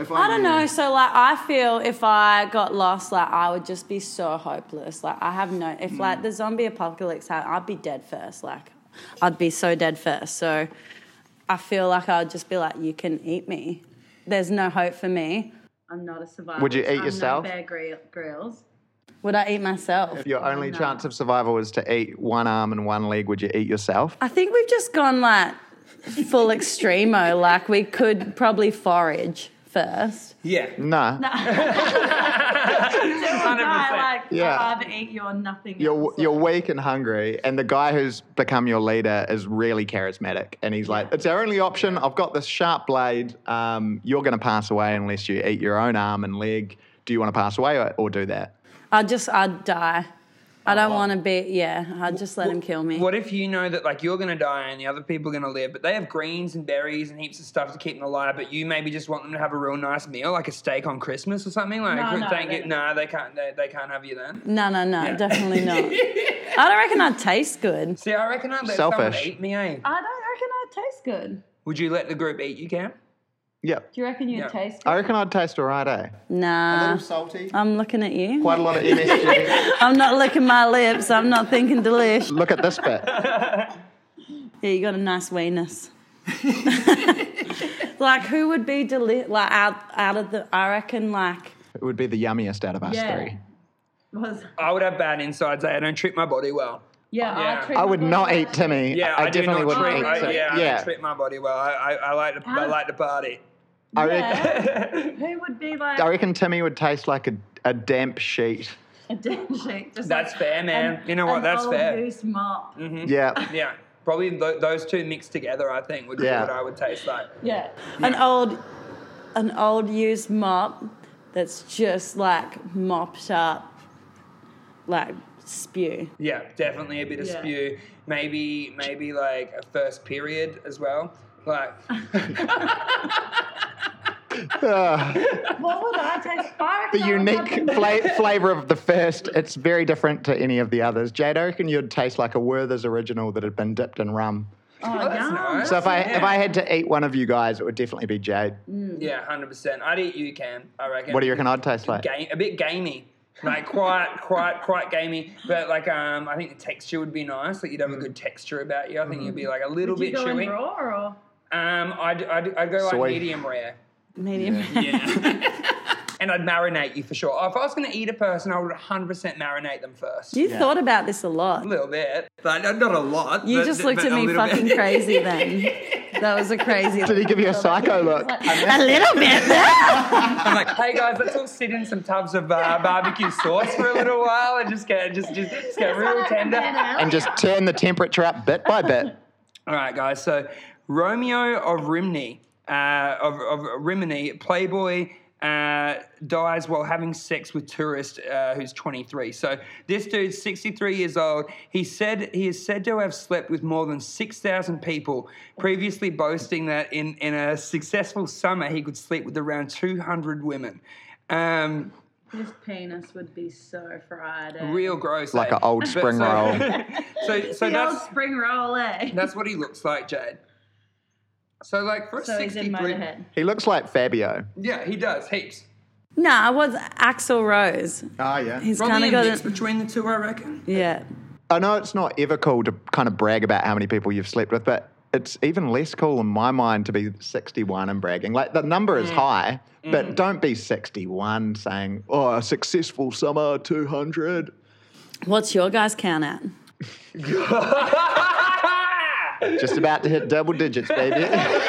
Speaker 6: If
Speaker 3: I don't
Speaker 6: knew-
Speaker 3: know. So like, I feel if I got lost, like I would just be so hopeless. Like I have no. If like the zombie apocalypse happened, I'd be dead first. Like I'd be so dead first. So I feel like I'd just be like, you can eat me. There's no hope for me.
Speaker 5: I'm not a survivor.
Speaker 1: Would you eat
Speaker 5: I'm
Speaker 1: yourself?
Speaker 5: No Bear Gry- Grylls.
Speaker 3: Would I eat myself?
Speaker 1: Your only chance of survival is to eat one arm and one leg. Would you eat yourself?
Speaker 3: I think we've just gone like full
Speaker 1: <laughs>
Speaker 3: extremo. Like we could probably forage first.
Speaker 2: Yeah.
Speaker 1: No.
Speaker 5: <laughs> I like
Speaker 1: Yeah.
Speaker 5: I'd rather eat you or nothing.
Speaker 1: You're,
Speaker 5: else.
Speaker 1: you're weak and hungry, and the guy who's become your leader is really charismatic. And he's like, It's our only option. I've got this sharp blade. Um, you're going to pass away unless you eat your own arm and leg. Do you want to pass away or, or do that?
Speaker 3: I just, I'd die. I
Speaker 2: Oh,
Speaker 3: don't want to be. Yeah, I'd just let him kill me.
Speaker 2: What if you know that like you're gonna die and the other people are gonna live, but they have greens and berries and heaps of stuff to keep them alive, but you maybe just want them to have a real nice meal, like a steak on Christmas or something? Like
Speaker 5: No, no,
Speaker 2: thank
Speaker 5: they
Speaker 2: you.
Speaker 5: don't.
Speaker 2: No, they can't they, they can't have you then.
Speaker 3: No, no,
Speaker 2: <laughs>
Speaker 3: no, definitely not. I don't reckon I'd taste good.
Speaker 2: See, I reckon I'd let
Speaker 1: Selfish.
Speaker 2: someone eat me, eh?
Speaker 5: I don't reckon I'd taste good.
Speaker 2: Would you let the group eat you, Cam?
Speaker 1: Yeah.
Speaker 5: Do you reckon you'd
Speaker 2: Yeah.
Speaker 5: taste good?
Speaker 1: I reckon I'd taste all right, eh?
Speaker 3: Nah.
Speaker 1: salty.
Speaker 5: Um,
Speaker 3: I'm looking at you.
Speaker 1: Quite a lot of
Speaker 5: <laughs>
Speaker 1: MSG.
Speaker 3: I'm not licking my lips. I'm not thinking delish.
Speaker 1: Look at this bit.
Speaker 3: Yeah, you got a
Speaker 2: <laughs>
Speaker 3: nice weenus. <laughs> like, who would be deli- like out out of the? I reckon like
Speaker 1: It would be the yummiest out of us
Speaker 5: Yeah.
Speaker 1: three.
Speaker 5: Was,
Speaker 2: I would have bad insides, eh? I don't treat my body well.
Speaker 5: yeah,
Speaker 2: Yeah.
Speaker 5: I, treat
Speaker 1: I would
Speaker 5: myself
Speaker 1: not
Speaker 5: like-
Speaker 1: eat Timmy.
Speaker 2: Yeah,
Speaker 1: I,
Speaker 2: I,
Speaker 1: I definitely
Speaker 2: do not
Speaker 1: wouldn't
Speaker 2: treat,
Speaker 1: eat
Speaker 2: I-
Speaker 1: Timmy.
Speaker 2: yeah, I
Speaker 1: yeah.
Speaker 2: don't treat my body well. I, I, I like
Speaker 5: Ah.
Speaker 2: to I like to party.
Speaker 1: I, reckon,
Speaker 5: Yeah. Who would be like
Speaker 1: I reckon Timmy would taste like a, a damp sheet.
Speaker 5: a damn <laughs> shake? Just
Speaker 2: That's
Speaker 5: like
Speaker 2: fair, man.
Speaker 5: an-
Speaker 2: You know what?
Speaker 5: an
Speaker 2: That's
Speaker 5: old
Speaker 2: fair. Mm.
Speaker 5: Loose mop.
Speaker 1: Yeah.
Speaker 2: Yeah, probably th- those two mixed together. I think would be
Speaker 1: Yeah.
Speaker 2: what I would taste like.
Speaker 5: Yeah.
Speaker 3: an old an old used mop that's just like mopped up, like spew.
Speaker 2: Yeah, definitely a bit of
Speaker 5: Yeah.
Speaker 2: spew. Maybe maybe like a first period as well. Like
Speaker 5: Oh, What would I
Speaker 1: <laughs>
Speaker 5: taste? I
Speaker 1: the
Speaker 5: reckon I would have
Speaker 1: unique fla- flavor of the first. It's very different to any of the others. Jade, I reckon you'd taste like a Werther's original that had been dipped in rum.
Speaker 5: Oh,
Speaker 2: that's
Speaker 5: yum.
Speaker 2: nice.
Speaker 1: So if I
Speaker 2: yeah.
Speaker 1: if I had to eat one of you guys, it would definitely be Jade.
Speaker 2: yeah, hundred percent. I'd eat you, Cam. I reckon.
Speaker 1: What do you reckon I'd taste like?
Speaker 2: Game, a bit gamey. Like quite, <laughs> quite, quite gamey, but like um, I think the texture would be nice. Like you'd
Speaker 1: Mm.
Speaker 2: have a good texture about you. I think you'd be like a little
Speaker 5: Would <laughs> you
Speaker 2: bit
Speaker 5: go
Speaker 2: chewy.
Speaker 5: in raw or?
Speaker 2: Um, I'd, I'd, I'd go like
Speaker 1: Soy.
Speaker 2: medium rare.
Speaker 3: Medium.
Speaker 2: Yeah. and I'd marinate you for sure. If I was going to eat a person, I would 100% marinate them first.
Speaker 3: You thought about this a lot.
Speaker 2: A little bit. But not not a lot.
Speaker 3: You
Speaker 2: but-
Speaker 3: just looked
Speaker 2: but
Speaker 3: at
Speaker 2: a
Speaker 3: me
Speaker 2: little
Speaker 3: fucking
Speaker 2: bit.
Speaker 3: crazy then.
Speaker 2: <laughs>
Speaker 3: That was a crazy.
Speaker 1: Did he give you a psycho look?
Speaker 3: a little bit there.
Speaker 2: I'm like, hey guys, let's all sit in some tubs of uh, barbecue sauce for a little while and just get just just, just get real
Speaker 5: <laughs>
Speaker 2: tender.
Speaker 1: And just turn the temperature up bit by bit.
Speaker 2: All right, guys. So Romeo of Rimini, uh, of, of Rimini, Playboy. Uh, dies while having sex with tourist uh, who's 23. So this dude's 63 years old. He said he is said to have slept with more than 6,000 people, previously boasting that in in a successful summer he could sleep with around 200 women. Um,
Speaker 5: His penis would be so fried. eh?
Speaker 2: real gross,
Speaker 1: Like
Speaker 2: eh?
Speaker 1: an old
Speaker 2: But
Speaker 1: spring
Speaker 2: so-
Speaker 1: roll.
Speaker 2: <laughs> so so
Speaker 5: the old
Speaker 2: that's
Speaker 5: spring roll, eh?
Speaker 2: That's what he looks like, Jade. So like for a
Speaker 5: So he's in
Speaker 2: 63,
Speaker 5: Motorhead.
Speaker 1: He looks like Fabio.
Speaker 2: yeah, he does heaps.
Speaker 3: No, I was Axel Rose.
Speaker 1: Oh yeah.
Speaker 3: He's kind
Speaker 2: Probably
Speaker 3: of
Speaker 2: a
Speaker 3: got
Speaker 2: mix
Speaker 3: a,
Speaker 2: between the two, I reckon. <laughs>
Speaker 3: yeah.
Speaker 1: I know it's not ever cool to kind of brag about how many people you've slept with, but it's even less cool in my mind to be 61 and bragging. Like the number
Speaker 2: Mm.
Speaker 1: is high, but don't be 61 saying, "Oh, a successful summer 200."
Speaker 3: What's your guys count at?
Speaker 1: Just about to hit double digits,
Speaker 2: <laughs>
Speaker 1: baby.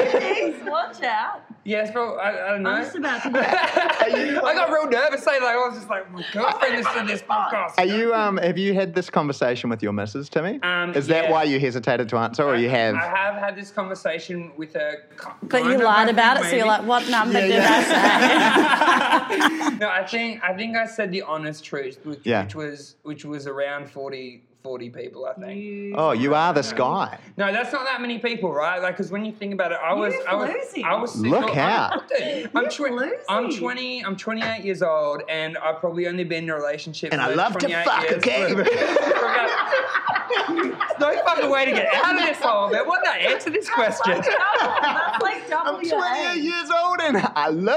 Speaker 5: Please watch out.
Speaker 2: yes, bro. I, I don't know.
Speaker 1: <laughs>
Speaker 2: <laughs>
Speaker 5: I'm just about to.
Speaker 2: I got like, I was just like, my girlfriend is in this podcast.
Speaker 1: Are you um have you had this conversation with your missus, Timmy?
Speaker 2: Um,
Speaker 1: Is that
Speaker 2: yeah. Um,
Speaker 1: why you hesitated to answer or you have?
Speaker 2: I have had this conversation with a.
Speaker 3: But you lied about it, so you're like, what number did I
Speaker 2: <laughs>
Speaker 3: say?
Speaker 2: no, I think I think I said the honest truth, which,
Speaker 1: Yeah.
Speaker 2: which was which was around 40, 40 people, I think.
Speaker 5: You-
Speaker 1: Oh, you are this
Speaker 2: Um,
Speaker 1: guy.
Speaker 2: No, that's not that many people, right? Like, because when you think about it, I was, I was,
Speaker 5: floozy.
Speaker 2: I was.
Speaker 1: Look
Speaker 2: no, I'm-
Speaker 1: out.
Speaker 2: <laughs> dude, I'm,
Speaker 5: You're
Speaker 2: twenty.
Speaker 5: floozy.
Speaker 2: I'm twenty. I'm 28 years old, and I've probably only been in a relationship.
Speaker 1: And I
Speaker 2: for
Speaker 1: love to
Speaker 2: 28
Speaker 1: fuck,
Speaker 2: years. <laughs>
Speaker 1: okay?
Speaker 2: There's no fucking way to get out of this hole, man. What did I answer this
Speaker 5: <laughs>
Speaker 2: question?
Speaker 5: Double. That's like double
Speaker 1: I'm
Speaker 5: your
Speaker 1: 28
Speaker 5: age.
Speaker 1: years old and I love.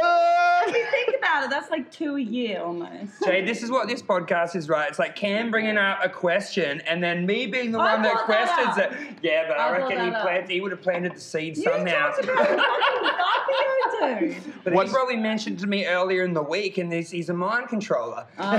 Speaker 5: If you think about it, that's like two a year almost.
Speaker 2: Jay, this is what this podcast is, right? It's like Cam bringing out a question, and then me being the
Speaker 5: I
Speaker 2: one that
Speaker 5: brought that
Speaker 2: questions
Speaker 5: up.
Speaker 2: it. Yeah, but I,
Speaker 5: I brought
Speaker 2: reckon he
Speaker 5: that up.
Speaker 2: planted. He would have planted the seed
Speaker 5: You
Speaker 2: somehow.
Speaker 5: talked about a fucking video, dude.
Speaker 2: But
Speaker 1: What's-
Speaker 2: he probably mentioned to me earlier in the week, and he's, he's a mind
Speaker 3: <laughs>
Speaker 2: controller.
Speaker 3: Oh,
Speaker 5: Uh,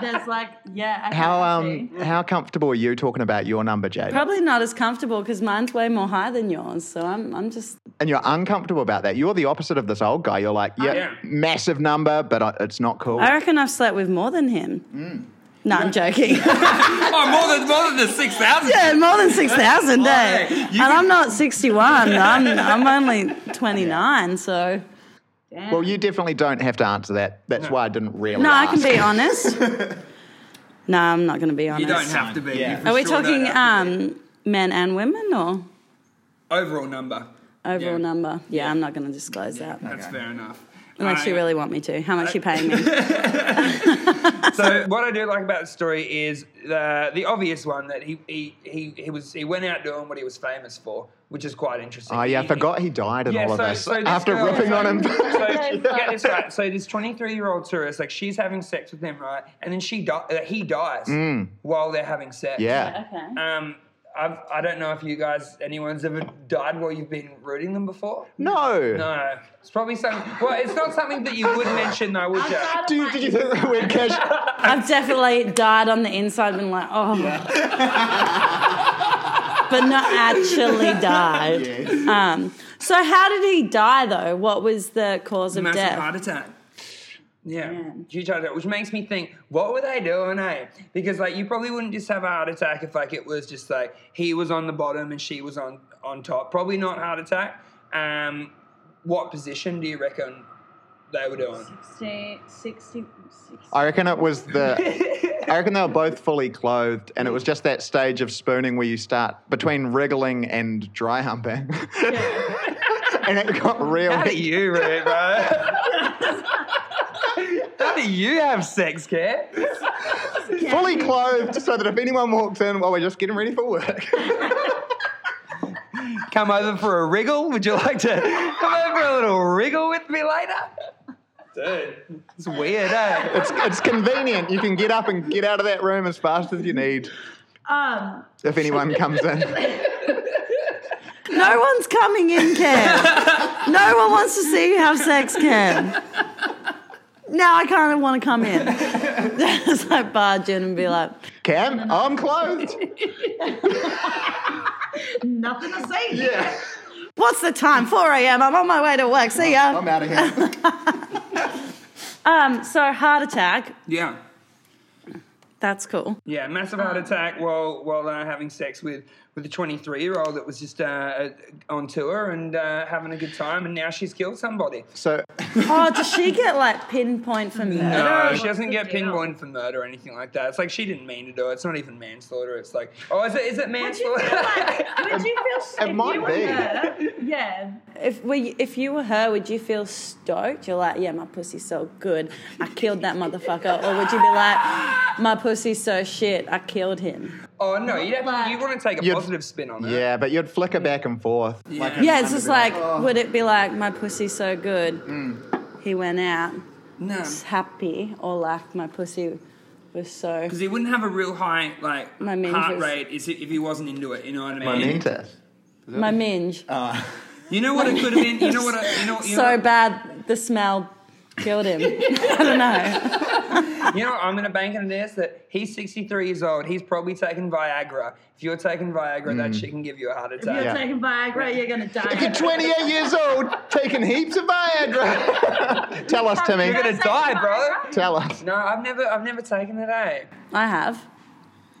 Speaker 5: <laughs> there's like, yeah. I can
Speaker 1: How
Speaker 5: see.
Speaker 1: um how comfortable are you talking about your number, Jade?
Speaker 3: Probably not as comfortable because mine's way more high than yours. So I'm, I'm just
Speaker 1: And you're uncomfortable about that. You're the opposite of this old guy. You're like, yeah,
Speaker 2: yeah.
Speaker 1: massive number, but I, it's not cool.
Speaker 3: I reckon I've slept with more than him.
Speaker 1: Mm.
Speaker 3: No, I'm
Speaker 1: <laughs>
Speaker 3: joking.
Speaker 2: oh, more than more
Speaker 3: <laughs>
Speaker 2: than the six thousand.
Speaker 3: yeah, more than 6,000, eh?
Speaker 2: Why? You
Speaker 3: And I'm not 61. I'm, I'm only 29, so...
Speaker 5: Damn.
Speaker 1: Well, you definitely don't have to answer that. That's why I didn't really.
Speaker 3: No, I can
Speaker 1: ask.
Speaker 2: <laughs>
Speaker 3: be honest. no, I'm not going to be honest.
Speaker 2: You don't have to be.
Speaker 1: Yeah.
Speaker 2: You for
Speaker 3: Are we
Speaker 2: sure don't
Speaker 3: talking
Speaker 2: have to be.
Speaker 3: um, men and women or uh,
Speaker 2: overall number?
Speaker 3: overall
Speaker 2: Yeah.
Speaker 3: number? Yeah, I'm not going to disclose that.
Speaker 2: That's fair enough. Uh,
Speaker 3: Unless you
Speaker 2: Alright.
Speaker 3: really want me to. How much you
Speaker 2: <laughs>
Speaker 3: paying me? <laughs>
Speaker 2: So what I do like about the story is the the obvious one that he he, he he was he went out doing what he was famous for, which is quite interesting.
Speaker 1: <laughs> Oh yeah, I
Speaker 2: He-
Speaker 1: forgot he died in
Speaker 2: Yeah,
Speaker 1: all of
Speaker 2: so-
Speaker 1: this
Speaker 2: so this
Speaker 1: after
Speaker 2: girl-
Speaker 1: ripping on him. <laughs>
Speaker 2: So get this right. So this 23 year old tourist, like she's having sex with him, right? And then she di- uh, he dies while they're having sex.
Speaker 1: Mm. yeah.
Speaker 5: okay.
Speaker 2: Um, I've, I don't know if you guys, anyone's ever died while you've been rooting them before.
Speaker 1: No.
Speaker 2: No, it's probably something. Well, it's not something that you would mention, though, would you?
Speaker 5: Outside of
Speaker 1: Do you,
Speaker 5: my-
Speaker 1: did you think that when
Speaker 2: <laughs>
Speaker 1: Cash?
Speaker 3: I've definitely died on the inside, been like, oh. <laughs> but not actually died.
Speaker 2: <laughs>
Speaker 3: Um, so how did he die though? What was the cause of
Speaker 2: Massive
Speaker 3: death?
Speaker 2: heart attack. Yeah,
Speaker 5: Man.
Speaker 2: huge heart attack, which makes me think, what were they doing, eh? Because like you probably wouldn't just have a heart attack if like it was just like he was on the bottom and she was on on top. Probably not heart attack. Um, what position do you reckon they were doing?
Speaker 5: 60, 60, 60.
Speaker 1: I reckon it was the. I reckon they were both fully clothed, and it was just that stage of spooning where you start between wriggling and dry humping, <laughs> and it got real.
Speaker 2: How do you, Ray, bro? How do you have sex, Cat?
Speaker 1: fully clothed so that if anyone walks in, well, we're just getting ready for work. <laughs>
Speaker 2: Come over for a wriggle? Would you like to come over for a little wriggle with me later? Dude, it's weird, eh?
Speaker 1: it's, it's convenient. You can get up and get out of that room as fast as you need
Speaker 5: Um,
Speaker 1: if anyone comes in.
Speaker 3: No one's coming in, Cam. no one wants to see you have sex, Cam. Now I kind of want to come in. It's like barge in and be like,
Speaker 1: Cam, I'm clothed.
Speaker 5: nothing to say.
Speaker 1: Yeah,
Speaker 3: "What's the time? 4 a.m. I'm on my way to work. See
Speaker 1: I'm
Speaker 3: ya."
Speaker 1: out of here.
Speaker 3: Um, so heart attack.
Speaker 2: Yeah.
Speaker 3: That's cool.
Speaker 2: Yeah, massive heart attack while while uh, having sex with with a 23 year old that was just uh, on tour and uh, having a good time, and now she's killed somebody.
Speaker 1: So
Speaker 3: Oh, does she get like pinpoint for murder?
Speaker 2: No,
Speaker 5: what's
Speaker 2: Uh, she doesn't
Speaker 5: the
Speaker 2: get
Speaker 5: deal?
Speaker 2: pinpointed for murder or anything like that. It's like she didn't mean to do it. It's not even manslaughter. It's like, oh, is it is it
Speaker 5: Would you feel
Speaker 2: manslaughter?
Speaker 5: like, would you feel s-
Speaker 1: It
Speaker 5: if
Speaker 1: might
Speaker 5: you were
Speaker 1: be.
Speaker 5: her, yeah.
Speaker 3: If were you, if you were her, would you feel stoked? You're like, yeah, my pussy's so good, I killed that motherfucker. Or would you be like, my pussy's so shit, I killed him?
Speaker 2: oh no, you have,
Speaker 5: Like-
Speaker 2: you want to take a
Speaker 1: You'd-
Speaker 2: positive spin on that.
Speaker 1: yeah, but you'd flicker back and forth. Like,
Speaker 3: Yeah, it's just like,
Speaker 2: "Oh."
Speaker 3: would it be like, my pussy's so good,
Speaker 2: Mm.
Speaker 3: he went out
Speaker 2: No,
Speaker 3: happy, or like, my pussy was so.
Speaker 2: because he wouldn't have a real high like
Speaker 3: My
Speaker 2: heart
Speaker 3: measures.
Speaker 2: rate is if he wasn't into it. You know what I mean?
Speaker 1: momentous.
Speaker 3: My minge.
Speaker 2: You know what it could have been. <laughs> You Um, know what? I, you know. You
Speaker 3: so
Speaker 2: know, <laughs>
Speaker 3: <laughs> bad, the smell killed him. I don't know.
Speaker 2: You know, what I'm gonna bank on this that he's 63 years old. He's probably taking Viagra. If you're taking Viagra,
Speaker 1: Mm.
Speaker 2: that shit can give you a heart
Speaker 5: If you're
Speaker 2: attack.
Speaker 5: taking Viagra, you're gonna die.
Speaker 1: If you're 28 years old, taking heaps of Viagra. <laughs> Tell us, Timmy.
Speaker 2: You're gonna die, bro.
Speaker 1: Tell us.
Speaker 2: No, I've never, I've never taken it. Eh?
Speaker 3: I have.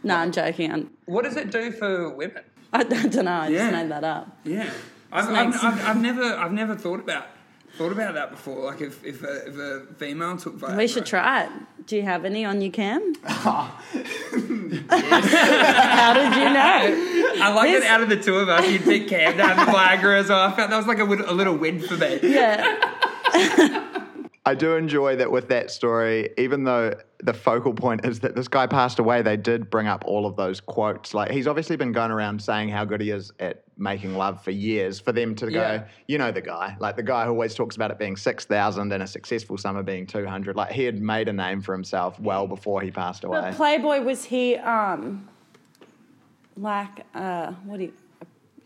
Speaker 3: No, I'm joking. I'm,
Speaker 2: What does it do for women?
Speaker 3: I, I don't know. I
Speaker 2: Yeah.
Speaker 3: just made that up.
Speaker 2: Yeah, I've, I've,
Speaker 3: Snakes.
Speaker 2: I've, I've never, I've never thought about thought about that before. Like if if a, if a female took Viagra,
Speaker 3: We should try it. Do you have any on your
Speaker 2: <laughs>
Speaker 3: cam? <laughs> How did you
Speaker 2: <laughs>
Speaker 3: know?
Speaker 2: I like
Speaker 3: This-
Speaker 2: that out of the two of us, you picked Cam to have <laughs> the Viagra as well. I felt that was like a, win- a little win for me.
Speaker 3: Yeah.
Speaker 1: I do enjoy that with that story, even though the focal point is that this guy passed away, they did bring up all of those quotes. Like, he's obviously been going around saying how good he is at making love for years. For them to
Speaker 2: Yeah.
Speaker 1: go, you know, the guy, like the guy who always talks about it being 6,000 and a successful summer being 200. Like, he had made a name for himself well before he passed away.
Speaker 3: But Playboy was he um like uh what do you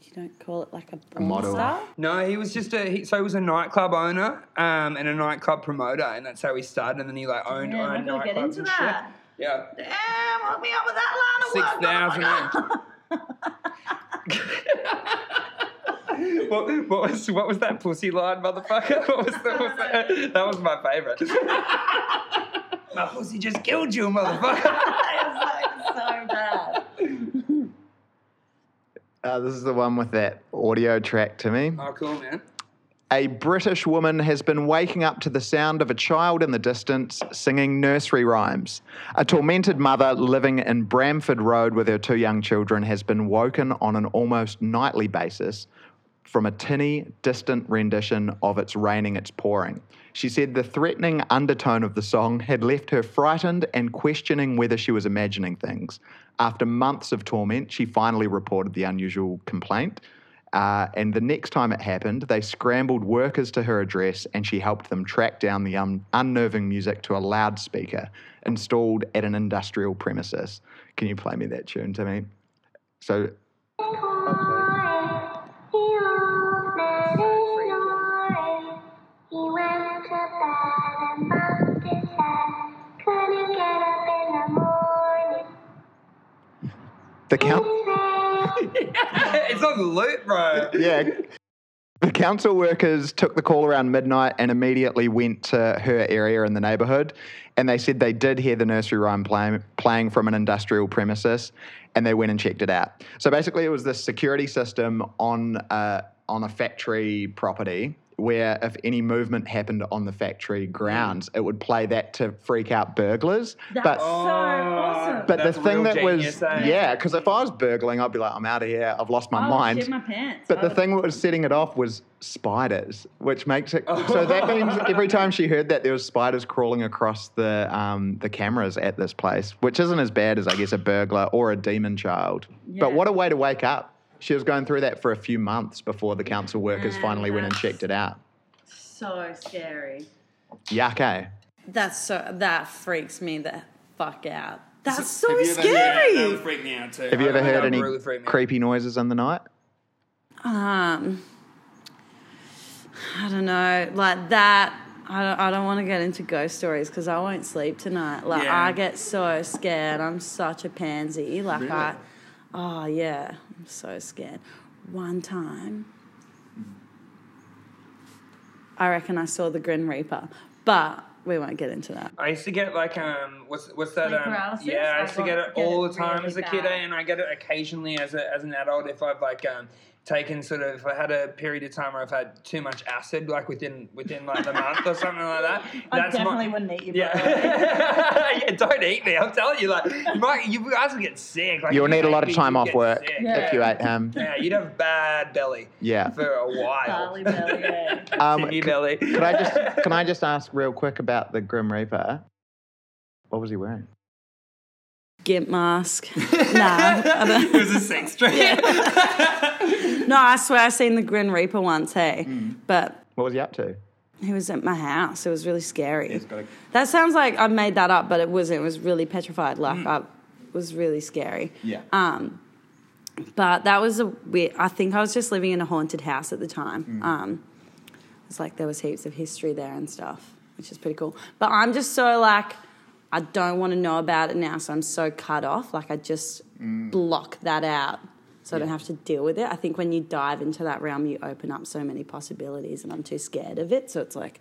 Speaker 3: you don't call it like a, porn
Speaker 1: model.
Speaker 3: star?
Speaker 2: No, he was just a he, so he was a nightclub owner um, and a nightclub promoter, and that's how he started. And then he like owned
Speaker 5: Yeah,
Speaker 2: owned
Speaker 5: I'm gonna
Speaker 2: nightclubs
Speaker 5: get into
Speaker 2: and
Speaker 5: that.
Speaker 2: shit. Yeah,
Speaker 5: Damn, Oh, hook me up with that line of
Speaker 2: six
Speaker 5: work.
Speaker 2: thousand.
Speaker 5: <laughs>
Speaker 2: what, what was what was that pussy line, motherfucker? <laughs> What was, the, what was that? that was my
Speaker 5: <laughs>
Speaker 2: favorite. my pussy just killed you,
Speaker 5: <laughs>
Speaker 2: motherfucker.
Speaker 5: It's like so bad.
Speaker 1: Uh, this is the one with that audio track to me.
Speaker 2: Oh, cool, man.
Speaker 1: A British woman has been waking up to the sound of a child in the distance singing nursery rhymes. A tormented mother living in Bramford Road with her two young children has been woken on an almost nightly basis from a tinny, distant rendition of It's Raining, It's Pouring. She said the threatening undertone of the song had left her frightened and questioning whether she was imagining things. After months of torment, she finally reported the unusual complaint. Uh, and the next time it happened, they scrambled workers to her address and she helped them track down the un- unnerving music to a loudspeaker installed at an industrial premises. Can you play me that tune to me? So
Speaker 6: He went to bed and bumped his head. Couldn't get up in the morning.
Speaker 1: the count.
Speaker 2: it's on loop, bro.
Speaker 1: yeah. The council workers took the call around midnight and immediately went to her area in the neighbourhood. And they said they did hear the nursery rhyme play, playing from an industrial premises and they went and checked it out. So basically, it was this security system on, uh, on a factory property where if any movement happened on the factory grounds, it would play that to freak out burglars.
Speaker 5: That's
Speaker 1: but
Speaker 5: so awesome.
Speaker 1: but
Speaker 2: Oh, That's
Speaker 1: the thing
Speaker 2: real
Speaker 1: that
Speaker 2: genius,
Speaker 1: was,
Speaker 2: eh?
Speaker 1: yeah, because if I was burgling, I'd be like, I'm out of here, I've lost <laughs> my
Speaker 5: oh,
Speaker 1: mind.
Speaker 5: Shit my pants.
Speaker 1: But
Speaker 5: I
Speaker 1: the
Speaker 2: Oh.
Speaker 5: would-
Speaker 1: thing that was setting it off was spiders, which makes it
Speaker 2: Oh.
Speaker 1: so that means
Speaker 2: <laughs>
Speaker 1: every time she heard that there was spiders crawling across the um, the cameras at this place, which isn't as bad as I guess a burglar or a demon child. But
Speaker 5: Yeah.
Speaker 1: what a way to wake up! She was going through that for a few months before the council workers
Speaker 2: Ah,
Speaker 5: Yeah,
Speaker 1: finally went and
Speaker 5: that's-
Speaker 1: checked it out.
Speaker 5: so scary.
Speaker 1: Yuck, eh?
Speaker 3: That's so that freaks me the fuck out. That's so
Speaker 2: Have you ever-
Speaker 3: scary.
Speaker 2: Yeah, that would freak me out too.
Speaker 1: Have you ever heard any
Speaker 2: really freak me out.
Speaker 1: creepy noises in the night?
Speaker 3: um I don't know, like that. I don't, I don't want to get into ghost stories because I won't sleep tonight. Like
Speaker 2: Yeah.
Speaker 3: I get so scared. I'm such a pansy. Like I, oh yeah, I'm so scared. One time, I reckon I saw the Grim Reaper, but we won't get into that.
Speaker 2: I used to get like um, what's what's that?
Speaker 5: Sleep
Speaker 2: Um,
Speaker 5: paralysis?
Speaker 2: yeah, I
Speaker 5: I
Speaker 2: used to
Speaker 5: got-
Speaker 2: get it
Speaker 5: get
Speaker 2: all
Speaker 5: it
Speaker 2: the time
Speaker 5: really
Speaker 2: as a kid, eh,
Speaker 5: bad.
Speaker 2: and I get it occasionally as a, as an adult if I've like um, taken sort of if I had a period of time where I've had too much acid, like within within like the month or something like that.
Speaker 5: <laughs> I
Speaker 2: That's
Speaker 5: definitely
Speaker 2: my,
Speaker 5: wouldn't eat you. bro.
Speaker 2: yeah, <laughs> yeah. Don't eat me. I'm telling you, like you might you guys will get sick. Like,
Speaker 1: You'll
Speaker 2: if you
Speaker 1: need a
Speaker 2: ate
Speaker 1: lot of
Speaker 2: me,
Speaker 1: time
Speaker 2: you'd
Speaker 1: off
Speaker 2: get
Speaker 1: work
Speaker 2: sick.
Speaker 1: if you ate um, ham.
Speaker 2: Yeah, you'd have bad belly
Speaker 1: Yeah.
Speaker 2: for a while.
Speaker 5: Barley belly. yeah.
Speaker 1: Um,
Speaker 2: Sydney belly.
Speaker 1: Can I just can I
Speaker 2: <laughs>
Speaker 1: just ask real quick about the Grim Reaper? What was he wearing?
Speaker 3: Gimp mask. no, I
Speaker 2: it
Speaker 3: don't-
Speaker 2: was a sex dream.
Speaker 3: no, I swear I seen the Grim Reaper once. Hey, but
Speaker 1: What was he up to?
Speaker 3: He was at my house. It was really scary. that sounds like I made that up, but it wasn't. It was really petrified. Like I was really scary.
Speaker 1: Yeah.
Speaker 5: Uh.
Speaker 3: Um, but that was a weird. I think I was just living in a haunted house at the time. Um, it's like there was heaps of history there and stuff, which is pretty cool. But I'm just so like I don't want to know about it now, so I'm so cut off. Like I just block that out. So I don't have to deal with it. I think when you dive into that realm, you open up so many possibilities, and I'm too scared of it. So it's like,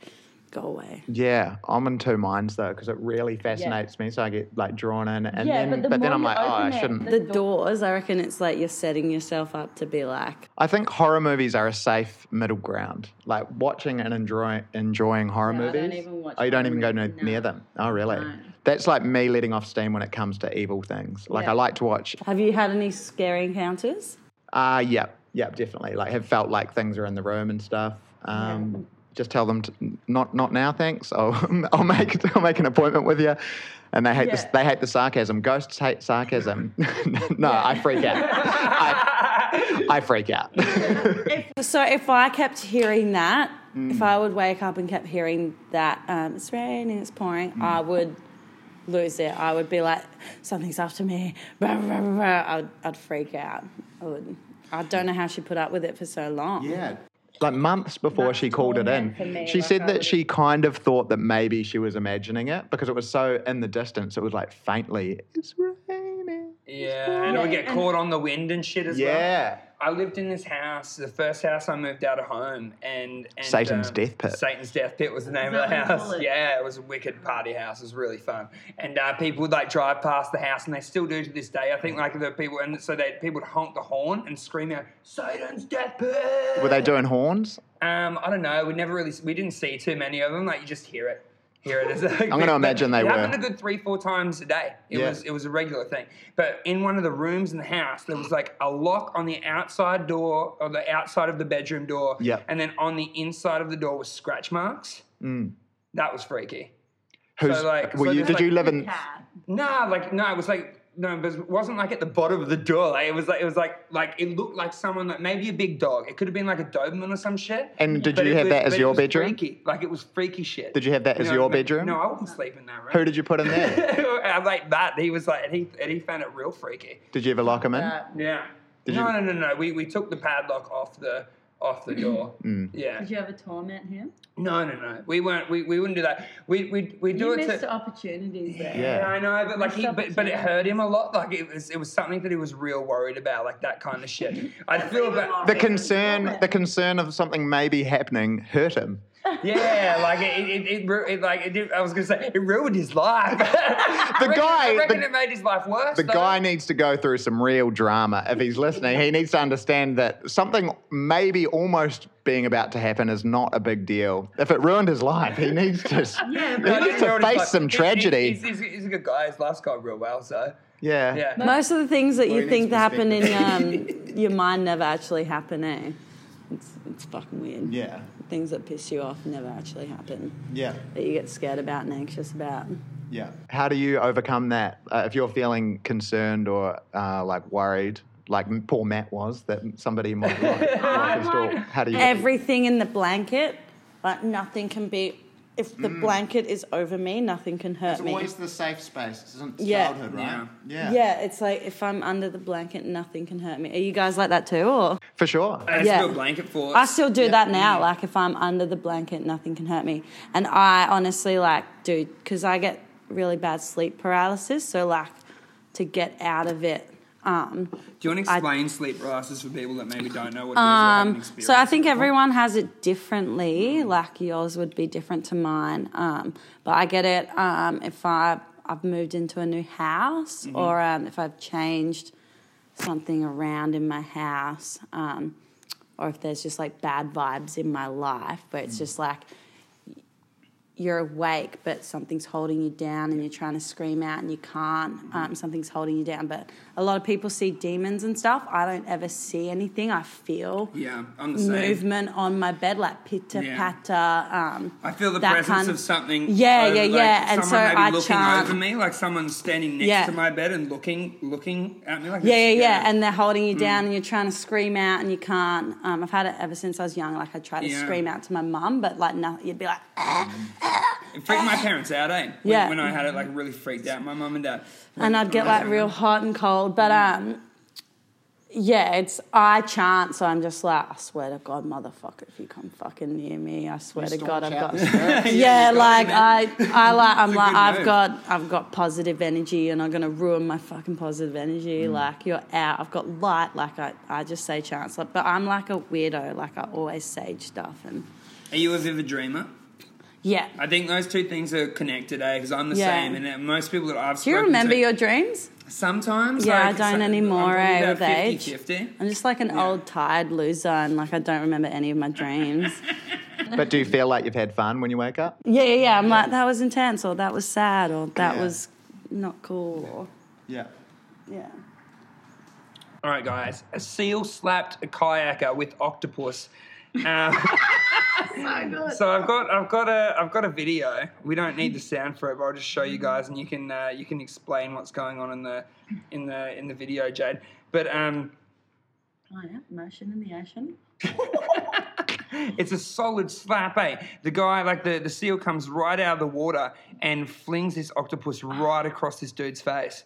Speaker 3: go away.
Speaker 1: Yeah, I'm in two minds though because it really fascinates me. So I get like drawn in, and
Speaker 5: Yeah,
Speaker 1: then
Speaker 5: but
Speaker 1: but,
Speaker 5: the
Speaker 1: then
Speaker 5: more
Speaker 1: I'm
Speaker 5: you
Speaker 1: like, oh, I
Speaker 5: open it,
Speaker 1: shouldn't.
Speaker 5: the-
Speaker 3: The doors, I reckon it's like you're setting yourself up to be like,
Speaker 1: I think horror movies are a safe middle ground. Like watching and enjoy, enjoying horror
Speaker 5: No, I
Speaker 1: movies.
Speaker 5: don't even watch
Speaker 1: oh, you don't even go
Speaker 5: horror
Speaker 1: no,
Speaker 5: movies,
Speaker 1: near
Speaker 5: no.
Speaker 1: them. Oh, really?
Speaker 5: No.
Speaker 1: That's like me letting off steam when it comes to evil things. Like
Speaker 5: Yeah.
Speaker 1: I like to watch.
Speaker 3: have you had any scary encounters?
Speaker 1: Ah, uh, yeah, yeah, definitely. Like have felt like things are in the room and stuff. Um, Just tell them to, not not now, thanks. I'll <laughs> I'll make <laughs> I'll make an appointment with you. And they hate this.
Speaker 5: Yeah.
Speaker 1: They hate the sarcasm. Ghosts hate sarcasm. <laughs> no, I freak out. I, I freak
Speaker 5: <laughs>
Speaker 1: out.
Speaker 3: So if I kept hearing that,
Speaker 1: Mm.
Speaker 3: if I would wake up and kept hearing that, um, it's raining, it's pouring,
Speaker 1: Mm.
Speaker 3: I would lose it. I would be like, something's after me. Blah, blah, blah, blah. I'd, I'd freak out. I would. I don't know how she put up with it for so long.
Speaker 1: Yeah. Like months before
Speaker 5: That's
Speaker 1: she called it in,
Speaker 5: torment for me,
Speaker 1: she
Speaker 5: like I
Speaker 1: said that
Speaker 5: would've-
Speaker 1: she kind of thought that maybe she was imagining it because it was so in the distance. It was like faintly, it's raining.
Speaker 2: Yeah, and it would get caught on the wind and shit as well.
Speaker 1: Yeah.
Speaker 2: I lived in this house, the first house I moved out of home, and, and
Speaker 1: Satan's Death Pit.
Speaker 2: Satan's Death Pit was the name
Speaker 5: Is
Speaker 2: of the
Speaker 5: that what you
Speaker 2: house.
Speaker 5: call it?
Speaker 2: Yeah, it was a wicked party house. It was really fun, and uh, people would like drive past the house, and they still do to this day. I think like the people, and so they people would honk the horn and scream out "Satan's Death Pit."
Speaker 1: Were they doing horns?
Speaker 2: Um, I don't know. We never really we didn't see too many of them. Like you just hear it, hear it. It's
Speaker 1: <laughs>
Speaker 2: like-
Speaker 1: I'm gonna imagine they
Speaker 2: it
Speaker 1: were.
Speaker 2: happened a good three, four times a day. It
Speaker 1: Yeah.
Speaker 2: was it was a regular thing. But in one of the rooms in the house, there was like a lock on the outside door or the outside of the bedroom door.
Speaker 1: Yep.
Speaker 2: And then on the inside of the door was scratch marks.
Speaker 1: Mm.
Speaker 2: That was freaky.
Speaker 1: Who's,
Speaker 2: like-
Speaker 1: were
Speaker 2: so
Speaker 1: you,
Speaker 2: there's
Speaker 1: did you
Speaker 2: like-
Speaker 1: live in,
Speaker 2: Nah, like no, it was like no, but it wasn't like at the bottom of the door. Like, it was like it was like like it looked like someone like maybe a big dog. It could have been like a Doberman or some shit.
Speaker 1: and did
Speaker 2: But
Speaker 1: you
Speaker 2: it
Speaker 1: have
Speaker 2: was-
Speaker 1: that
Speaker 2: but
Speaker 1: as
Speaker 2: it
Speaker 1: your
Speaker 2: was
Speaker 1: bedroom?
Speaker 2: Freaky. Like it was freaky shit.
Speaker 1: Did you have that as
Speaker 2: know,
Speaker 1: your
Speaker 2: like-
Speaker 1: bedroom?
Speaker 2: No, I wouldn't sleep in that room.
Speaker 1: Who did you put in there?
Speaker 2: <laughs> I like that. He was like, and he, and he found it real freaky.
Speaker 1: did you ever lock him in?
Speaker 2: Uh, Yeah.
Speaker 1: Did
Speaker 2: no,
Speaker 1: you-
Speaker 2: no, no, no. We we took the padlock off the off
Speaker 1: <clears throat>
Speaker 2: the door.
Speaker 1: Mm.
Speaker 2: Yeah.
Speaker 5: Did you ever torment him?
Speaker 2: No, no, no. We weren't. We, we wouldn't do that. We we we do
Speaker 5: You
Speaker 2: it
Speaker 5: missed
Speaker 2: to.
Speaker 5: opportunities there.
Speaker 1: Yeah.
Speaker 2: Yeah, I know, but like he,
Speaker 5: Missed
Speaker 2: but, but it hurt him a lot. Like it was, it was something that he was real worried about, like that kind of shit.
Speaker 5: <laughs>
Speaker 2: I feel that,
Speaker 1: The concern, the concern of something maybe happening hurt
Speaker 2: <laughs>
Speaker 1: him.
Speaker 2: yeah, like it, it, it, ru- it like it did, I was gonna say, it ruined his
Speaker 1: <laughs>
Speaker 2: life. the
Speaker 1: guy-
Speaker 2: I reckon
Speaker 1: the-
Speaker 2: it made his life worse.
Speaker 1: The
Speaker 2: though.
Speaker 1: guy needs to go through some real drama. If he's listening, he needs to understand that something maybe almost being about to happen is not a big deal. If it ruined his life, he needs to
Speaker 5: Yeah,
Speaker 1: he
Speaker 5: but-
Speaker 1: needs to
Speaker 2: Everybody's
Speaker 1: face
Speaker 2: like-
Speaker 1: some
Speaker 2: he- he-
Speaker 1: tragedy.
Speaker 2: He's, he's, he's a good guy. His life's gone real well, so
Speaker 1: Yeah.
Speaker 2: yeah.
Speaker 3: Most of the things that you
Speaker 1: Learning's
Speaker 3: think that happen in
Speaker 1: <laughs>
Speaker 3: um, your mind never actually happen, eh? It's, it's fucking weird.
Speaker 1: Yeah.
Speaker 3: Things that piss you off never actually happen,
Speaker 1: Yeah.
Speaker 3: that you get scared about and anxious about.
Speaker 1: Yeah. How do you overcome that? Uh, if you're feeling concerned or uh, like worried, like poor Matt was, that somebody might "Oh, lock,
Speaker 3: <laughs>
Speaker 1: lock his door, how do you?
Speaker 3: everything in the blanket, like nothing can be. If the blanket is over me, nothing can hurt me.
Speaker 7: the safe space. It's in
Speaker 3: Yeah.
Speaker 7: childhood,
Speaker 2: Yeah.
Speaker 7: right?
Speaker 3: yeah. it's like if I'm under the blanket, nothing can hurt me. Are you guys like that too, or?
Speaker 1: For sure.
Speaker 2: That's
Speaker 3: Yeah.
Speaker 2: real blanket for
Speaker 3: I still do that now. Like if I'm under the blanket, nothing can hurt me. And I honestly like, dude, because I get really bad sleep paralysis. So like, to get out of it. Um,
Speaker 2: Do you want to
Speaker 3: I-
Speaker 2: explain sleep paralysis for people that maybe don't know what it is?
Speaker 3: Um, so I think everyone has it differently. Like yours would be different to mine. Um, but I get it um, if I I've moved into a new house or um, if I've changed something around in my house, um, or if there's just like bad vibes in my life, where it's just like you're awake, but something's holding you down and you're trying to scream out and you can't. Um, something's holding you down. But a lot of people see demons and stuff. I don't ever see anything. I feel
Speaker 2: Yeah, I'm the same.
Speaker 3: movement on my bed, like pitter
Speaker 2: Yeah.
Speaker 3: patter. Um,
Speaker 2: I feel the
Speaker 3: that
Speaker 2: presence
Speaker 3: kind-
Speaker 2: of something.
Speaker 3: Yeah,
Speaker 2: over-
Speaker 3: yeah,
Speaker 2: like
Speaker 3: yeah. And so
Speaker 2: someone maybe
Speaker 3: I
Speaker 2: looking
Speaker 3: chant.
Speaker 2: over me, like someone standing next
Speaker 3: Yeah.
Speaker 2: to my bed and looking, looking at me. Like
Speaker 3: Yeah, yeah,
Speaker 2: it's
Speaker 3: yeah.
Speaker 2: scary.
Speaker 3: And they're holding you
Speaker 2: Mm.
Speaker 3: down and you're trying to scream out and you can't. Um, I've had it ever since I was young. Like I tried to
Speaker 2: Yeah. Mm.
Speaker 3: scream out to my mum, but like nothing. You'd be like, "Ah,
Speaker 2: it freaked my parents out, eh? When,
Speaker 3: Yeah.
Speaker 2: When I had it, like really freaked out my mum and dad.
Speaker 3: and I'd get like real hot and cold. But um, yeah, it's I chant, so I'm just like, I swear to God, motherfucker, if you come fucking near me, I swear to God, I've got. yeah, <laughs> like I,
Speaker 2: <laughs>
Speaker 3: I like, I'm
Speaker 2: a
Speaker 3: like,
Speaker 2: good
Speaker 3: I've
Speaker 2: move.
Speaker 3: got, I've got positive energy, and I'm gonna ruin my fucking positive energy.
Speaker 2: Mm.
Speaker 3: Like you're out. I've got light. Like I, I just say chants. Like, but I'm like a weirdo. Like I always sage stuff, and
Speaker 2: Are you a vivid dreamer?
Speaker 3: yeah.
Speaker 2: I think those two things are connected, eh? Because I'm the
Speaker 3: Yeah.
Speaker 2: same, and that most people that I've
Speaker 3: Do you
Speaker 2: spoken
Speaker 3: remember
Speaker 2: to,
Speaker 3: your dreams?
Speaker 2: sometimes?
Speaker 3: Yeah,
Speaker 2: like,
Speaker 3: I don't
Speaker 2: so- I'm
Speaker 3: anymore, eh,
Speaker 2: probably
Speaker 3: with
Speaker 2: about 50,
Speaker 3: age.
Speaker 2: 50.
Speaker 3: I'm just like an old tired loser, and like I don't remember any of my
Speaker 2: <laughs>
Speaker 3: dreams.
Speaker 1: But do you feel like you've had fun when you wake up?
Speaker 3: yeah, yeah, yeah. I'm like that was intense, or that was sad, or that
Speaker 1: Yeah.
Speaker 3: was not cool, or
Speaker 1: Yeah.
Speaker 3: yeah.
Speaker 2: All right, guys. A seal slapped a kayaker with
Speaker 3: <laughs>
Speaker 2: octopus. Um, so I've got I've got a I've got a video. We don't need the sound for it, but I'll just show you guys, and you can uh, you can explain what's going on in the in the in the video, Jade. But um,
Speaker 5: Oh, yeah. Motion in the ocean.
Speaker 2: it's a solid slap, eh? The guy, like the, the seal, comes right out of the water and flings this octopus right across this dude's face.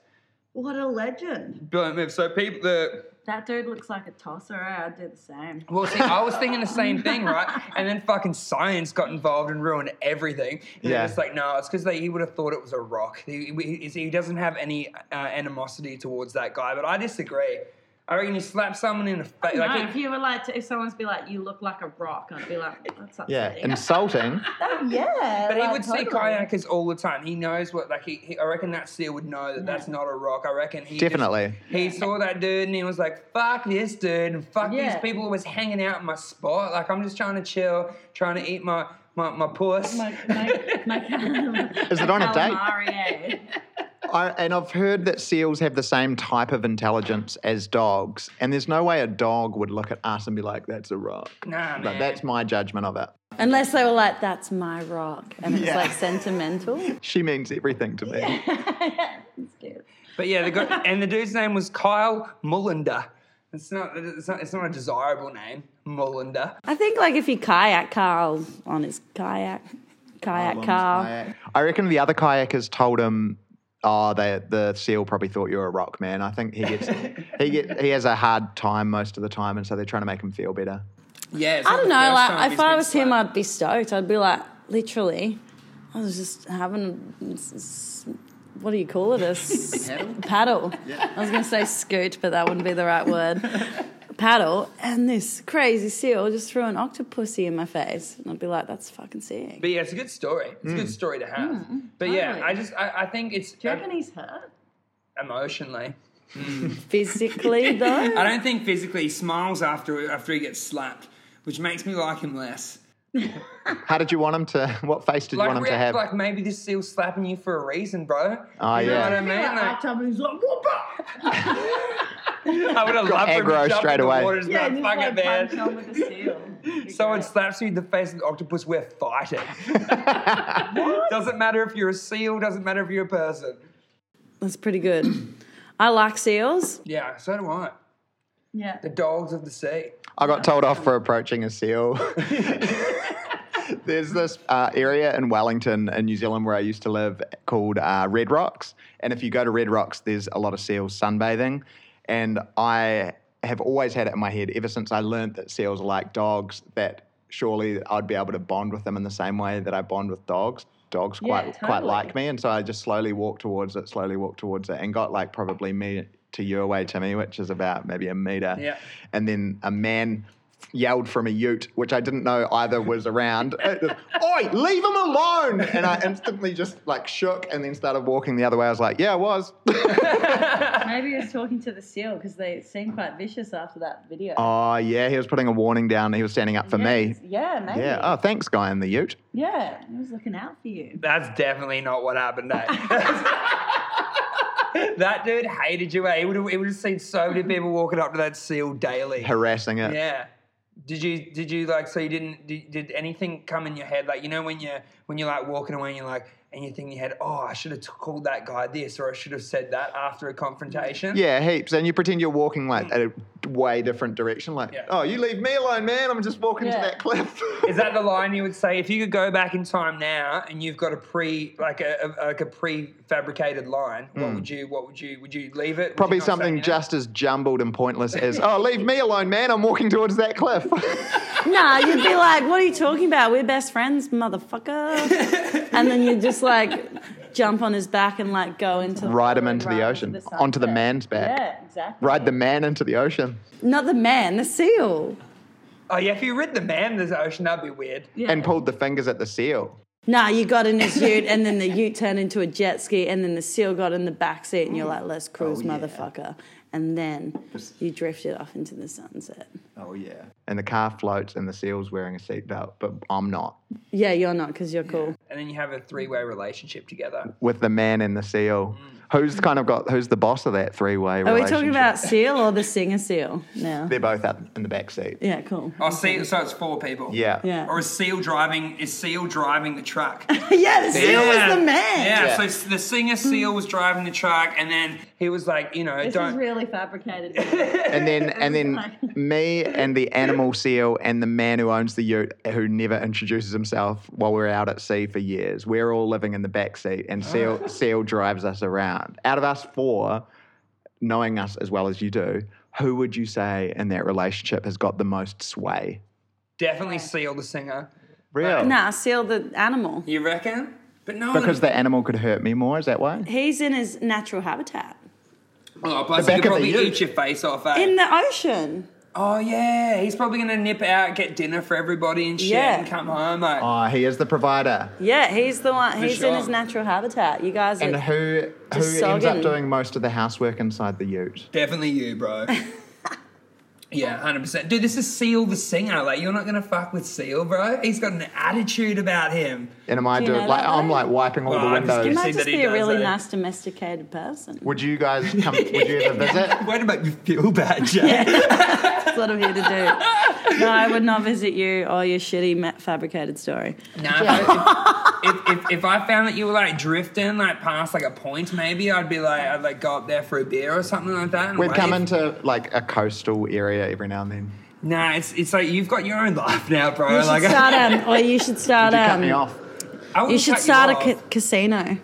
Speaker 5: What a legend.
Speaker 2: Brilliant move. So people, the
Speaker 5: That dude looks like a tosser. eh? I'd do the same.
Speaker 2: Well, see, I was thinking the same thing, right? And then fucking science got involved and ruined everything. And
Speaker 1: Yeah.
Speaker 2: yeah. It's like, no, it's because he would have thought it was a rock. He, he, he doesn't have any uh, animosity towards that guy, but I disagree. I reckon you slap someone in the face.
Speaker 5: No,
Speaker 2: Like,
Speaker 5: if you were like, to, if someone's be like, you look like a rock, I'd be like, that's
Speaker 1: Yeah.
Speaker 5: <laughs>
Speaker 3: <laughs>
Speaker 5: upsetting.
Speaker 1: Insulting.
Speaker 5: yeah.
Speaker 2: but he would see kayakers all the time. He knows what, like, he, he, I reckon that seal would know that that's not a rock. I reckon he just-
Speaker 1: Definitely.
Speaker 2: he saw that dude and he was like, fuck this dude and fuck
Speaker 5: Yeah.
Speaker 2: these people who was hanging out in my spot. Like, I'm just trying to chill, trying to eat my, my, my puss.
Speaker 5: My, my, <laughs>
Speaker 1: <laughs>
Speaker 5: my
Speaker 1: Is it on a date?
Speaker 5: calamari, eh? <laughs>
Speaker 1: I, and I've heard that seals have the same type of intelligence as dogs, and there's no way a dog would look at us and be like, "That's a rock."
Speaker 2: Nah,
Speaker 1: but
Speaker 2: man.
Speaker 1: that's my judgment of it.
Speaker 3: Unless they were like, that's my rock. And it's
Speaker 1: Yeah.
Speaker 3: like sentimental.
Speaker 1: She means everything to me.
Speaker 5: It's cute.
Speaker 2: But yeah, they got and the dude's name was Kyle Mullander. It's not, it's not, it's not a desirable name, Mullander.
Speaker 3: I think like if you kayak Carl on his kayak, kayak Carl.
Speaker 1: I reckon the other kayakers told him, "Oh, they, the seal probably thought you were a rock man." I think he gets he get, he has a hard time most of the time, and so they're trying to make him feel better.
Speaker 2: Yeah, it's
Speaker 3: I
Speaker 2: not the
Speaker 3: don't know,
Speaker 2: first time
Speaker 3: like
Speaker 2: he's
Speaker 3: if I
Speaker 2: been
Speaker 3: was him,
Speaker 2: slapped.
Speaker 3: I'd be stoked. I'd be like, literally, I was just having a, s- s- what do you call it? A s- paddle. I was going to say scoot, but that wouldn't be the right word. paddle. And this crazy seal just threw an octopussy in my face. And I'd be like, that's fucking sick.
Speaker 2: But yeah, it's a good story. It's a good story to have. but yeah,
Speaker 5: totally.
Speaker 2: I just I, I think it's
Speaker 5: Do you reckon he's hurt?
Speaker 2: emotionally.
Speaker 3: Physically, though.
Speaker 2: I don't think physically he smiles after after he gets slapped, which makes me like him less.
Speaker 1: How did you want him to? <laughs> What face did you
Speaker 2: Like,
Speaker 1: want him
Speaker 2: re-
Speaker 1: to have?
Speaker 2: like maybe this seal's slapping you for a reason, bro.
Speaker 1: Oh,
Speaker 2: you know
Speaker 1: yeah.
Speaker 2: what I mean?
Speaker 5: Like,
Speaker 2: Like,
Speaker 5: up to him and he's like, whoop
Speaker 2: I would have loved for him
Speaker 1: aggro
Speaker 2: to jump
Speaker 1: straight
Speaker 2: in the
Speaker 1: away.
Speaker 2: water and
Speaker 5: Yeah,
Speaker 2: yeah,
Speaker 5: and he's
Speaker 2: fuck
Speaker 5: like
Speaker 2: it, man.
Speaker 5: punch on with a seal. <laughs>
Speaker 2: Someone slaps you in the face with an octopus, we're fighting.
Speaker 1: <laughs>
Speaker 2: <laughs> doesn't matter if you're a seal, doesn't matter if you're a person.
Speaker 3: That's pretty good. I like seals.
Speaker 2: Yeah, so do I.
Speaker 5: Yeah.
Speaker 2: The dogs of the sea.
Speaker 1: I got told off for approaching a seal. There's this uh, area in Wellington, in New Zealand, where I used to live called uh, Red Rocks. And if you go to Red Rocks, there's a lot of seals sunbathing. And I have always had it in my head ever since I learned that seals are like dogs, that surely I'd be able to bond with them in the same way that I bond with dogs. Dogs quite quite
Speaker 5: totally.
Speaker 1: like me, and so I just slowly walked towards it, slowly walked towards it, and got like probably me to your way to me, which is about maybe a meter
Speaker 2: Yeah.
Speaker 1: and then a man yelled from a ute, which I didn't know either was around. <laughs> Oi, leave him alone! And I instantly just like shook and then started walking the other way. I was like, yeah, I was. <laughs>
Speaker 5: Maybe he was talking to the seal because they seemed quite vicious after that video.
Speaker 1: oh yeah, he was putting a warning down. He was standing up for me.
Speaker 5: Yeah, maybe.
Speaker 1: Yeah. Oh, thanks, guy in the ute.
Speaker 5: Yeah, he was looking out for you.
Speaker 2: That's definitely not what happened,
Speaker 1: <laughs>
Speaker 2: eh? <laughs> that dude hated you, eh? He would have, he would have seen so many people walking up to that seal daily.
Speaker 1: Harassing it.
Speaker 2: Yeah. Did you did you like so you didn't did, did anything come in your head like you know when you when you're like walking away and you're like and you think in your head oh I should have t- called that guy this or I should have said that after a confrontation
Speaker 1: Yeah, heaps. And you pretend you're walking like uh, way different direction. Like,
Speaker 2: Hmm. Yeah.
Speaker 1: oh, you leave me alone, man. I'm just walking to
Speaker 5: Yeah.
Speaker 1: that <laughs> cliff.
Speaker 2: Is that the line you would say if you could go back in time now and you've got a pre like a, a like a prefabricated line? What would you what would you would you leave it? Would
Speaker 1: Hmm. Probably
Speaker 2: you not say
Speaker 1: something
Speaker 2: anything?
Speaker 1: just as jumbled and pointless as, oh, leave me alone, man. I'm walking towards that cliff. <laughs>
Speaker 3: Nah, you'd be like, what are you talking about? We're best friends, motherfucker. and then you just like jump on his back and like go into
Speaker 1: Ride him into the
Speaker 5: Right
Speaker 1: ocean,
Speaker 5: onto the
Speaker 1: onto the
Speaker 5: sunset.
Speaker 1: man's back.
Speaker 5: Yeah, exactly.
Speaker 1: Ride the man into the ocean.
Speaker 3: not the man, the seal.
Speaker 2: Oh yeah, if you read the man there's ocean, that'd be weird.
Speaker 5: Yeah.
Speaker 1: And pulled the fingers at the seal.
Speaker 3: Nah, you got in his ute, and then the ute turned into a jet ski, and then the seal got in the back seat, and you're like, let's
Speaker 1: Oh,
Speaker 3: cruise, motherfucker. And then you drifted off into the sunset.
Speaker 1: Oh, yeah. And the car floats and the seal's wearing a seatbelt, but I'm not.
Speaker 3: Yeah, you're not, because you're cool.
Speaker 2: And then you have a three way relationship together.
Speaker 1: With the man and the seal.
Speaker 2: Hmm.
Speaker 1: Who's kind of got, who's the boss of that three way
Speaker 3: Are we
Speaker 1: relationship?
Speaker 3: talking about seal or the singer seal now?
Speaker 1: They're both up in the back seat.
Speaker 3: Yeah, cool. <laughs>
Speaker 2: Oh, see, so it's four people.
Speaker 1: Yeah.
Speaker 3: Yeah.
Speaker 2: Or is Seal driving? Is Seal driving the truck?
Speaker 3: yeah, the seal was the man.
Speaker 2: Yeah,
Speaker 1: Yeah.
Speaker 2: so s- the singer Seal was driving the truck, and then he was like, you know,
Speaker 5: This
Speaker 2: don't.
Speaker 5: is really fabricated. Isn't it?
Speaker 1: And
Speaker 3: <laughs>
Speaker 1: then, and then me and the animal seal and the man who owns the ute who never introduces himself while we're out at sea for years. We're all living in the back seat, and E
Speaker 3: Oh.
Speaker 1: seal seal drives us around. Out of us four, knowing us as well as you do, who would you say in that relationship has got the most sway?
Speaker 2: definitely Seal the singer.
Speaker 1: Real,
Speaker 3: Nah, seal the animal.
Speaker 2: You reckon? But no.
Speaker 1: because the animal could hurt me more. Is that why?
Speaker 3: He's in his natural habitat.
Speaker 2: oh, plus
Speaker 1: the
Speaker 2: you
Speaker 1: back
Speaker 2: could
Speaker 1: of the
Speaker 2: probably
Speaker 1: ute.
Speaker 2: eat your face off. Eh?
Speaker 3: In the ocean.
Speaker 2: oh yeah, he's probably gonna nip out, get dinner for everybody and shit,
Speaker 3: Yeah.
Speaker 2: and come home. Like,
Speaker 1: Oh, he is the provider.
Speaker 3: Yeah, he's the one. he's
Speaker 2: sure.
Speaker 3: in his natural habitat. You guys
Speaker 1: And
Speaker 3: are.
Speaker 1: who who
Speaker 3: Just
Speaker 1: ends up
Speaker 3: sogging.
Speaker 1: doing most of the housework inside the ute?
Speaker 2: definitely you,
Speaker 3: <laughs>
Speaker 2: bro. yeah, hundred percent, dude. This is Seal the singer. Like, you're not gonna fuck with Seal, bro. He's got an attitude about him.
Speaker 1: And am I
Speaker 3: Do you
Speaker 1: doing
Speaker 3: know
Speaker 1: like
Speaker 3: that
Speaker 1: I'm
Speaker 3: though?
Speaker 1: like wiping all
Speaker 2: Well,
Speaker 1: the
Speaker 2: I'm just
Speaker 1: windows?
Speaker 3: you
Speaker 2: you
Speaker 3: might
Speaker 2: see
Speaker 3: just
Speaker 2: that he
Speaker 3: be a
Speaker 2: does
Speaker 3: really
Speaker 2: that.
Speaker 3: nice domesticated person.
Speaker 1: Would you guys come? would you
Speaker 3: <laughs>
Speaker 1: ever visit?
Speaker 2: Wait a minute, you feel bad, Jack.
Speaker 3: That's what I'm here to do. No, I would not visit you or your shitty ma- fabricated story.
Speaker 2: Nah, if, if, if, if I found that you were like drifting like past like a point, maybe I'd be like I'd like go up there for a beer or something like that. and
Speaker 1: We'd
Speaker 2: wave.
Speaker 1: come into like a coastal area every now and then.
Speaker 2: Nah, it's it's like you've got your own <laughs> life now, bro.
Speaker 3: You
Speaker 2: Oh, like <laughs>
Speaker 3: should start um, or you should start
Speaker 1: Did you cut
Speaker 3: um,
Speaker 1: me off
Speaker 2: I wouldn't
Speaker 3: You should
Speaker 2: cut
Speaker 3: start a
Speaker 2: off.
Speaker 3: ca- casino.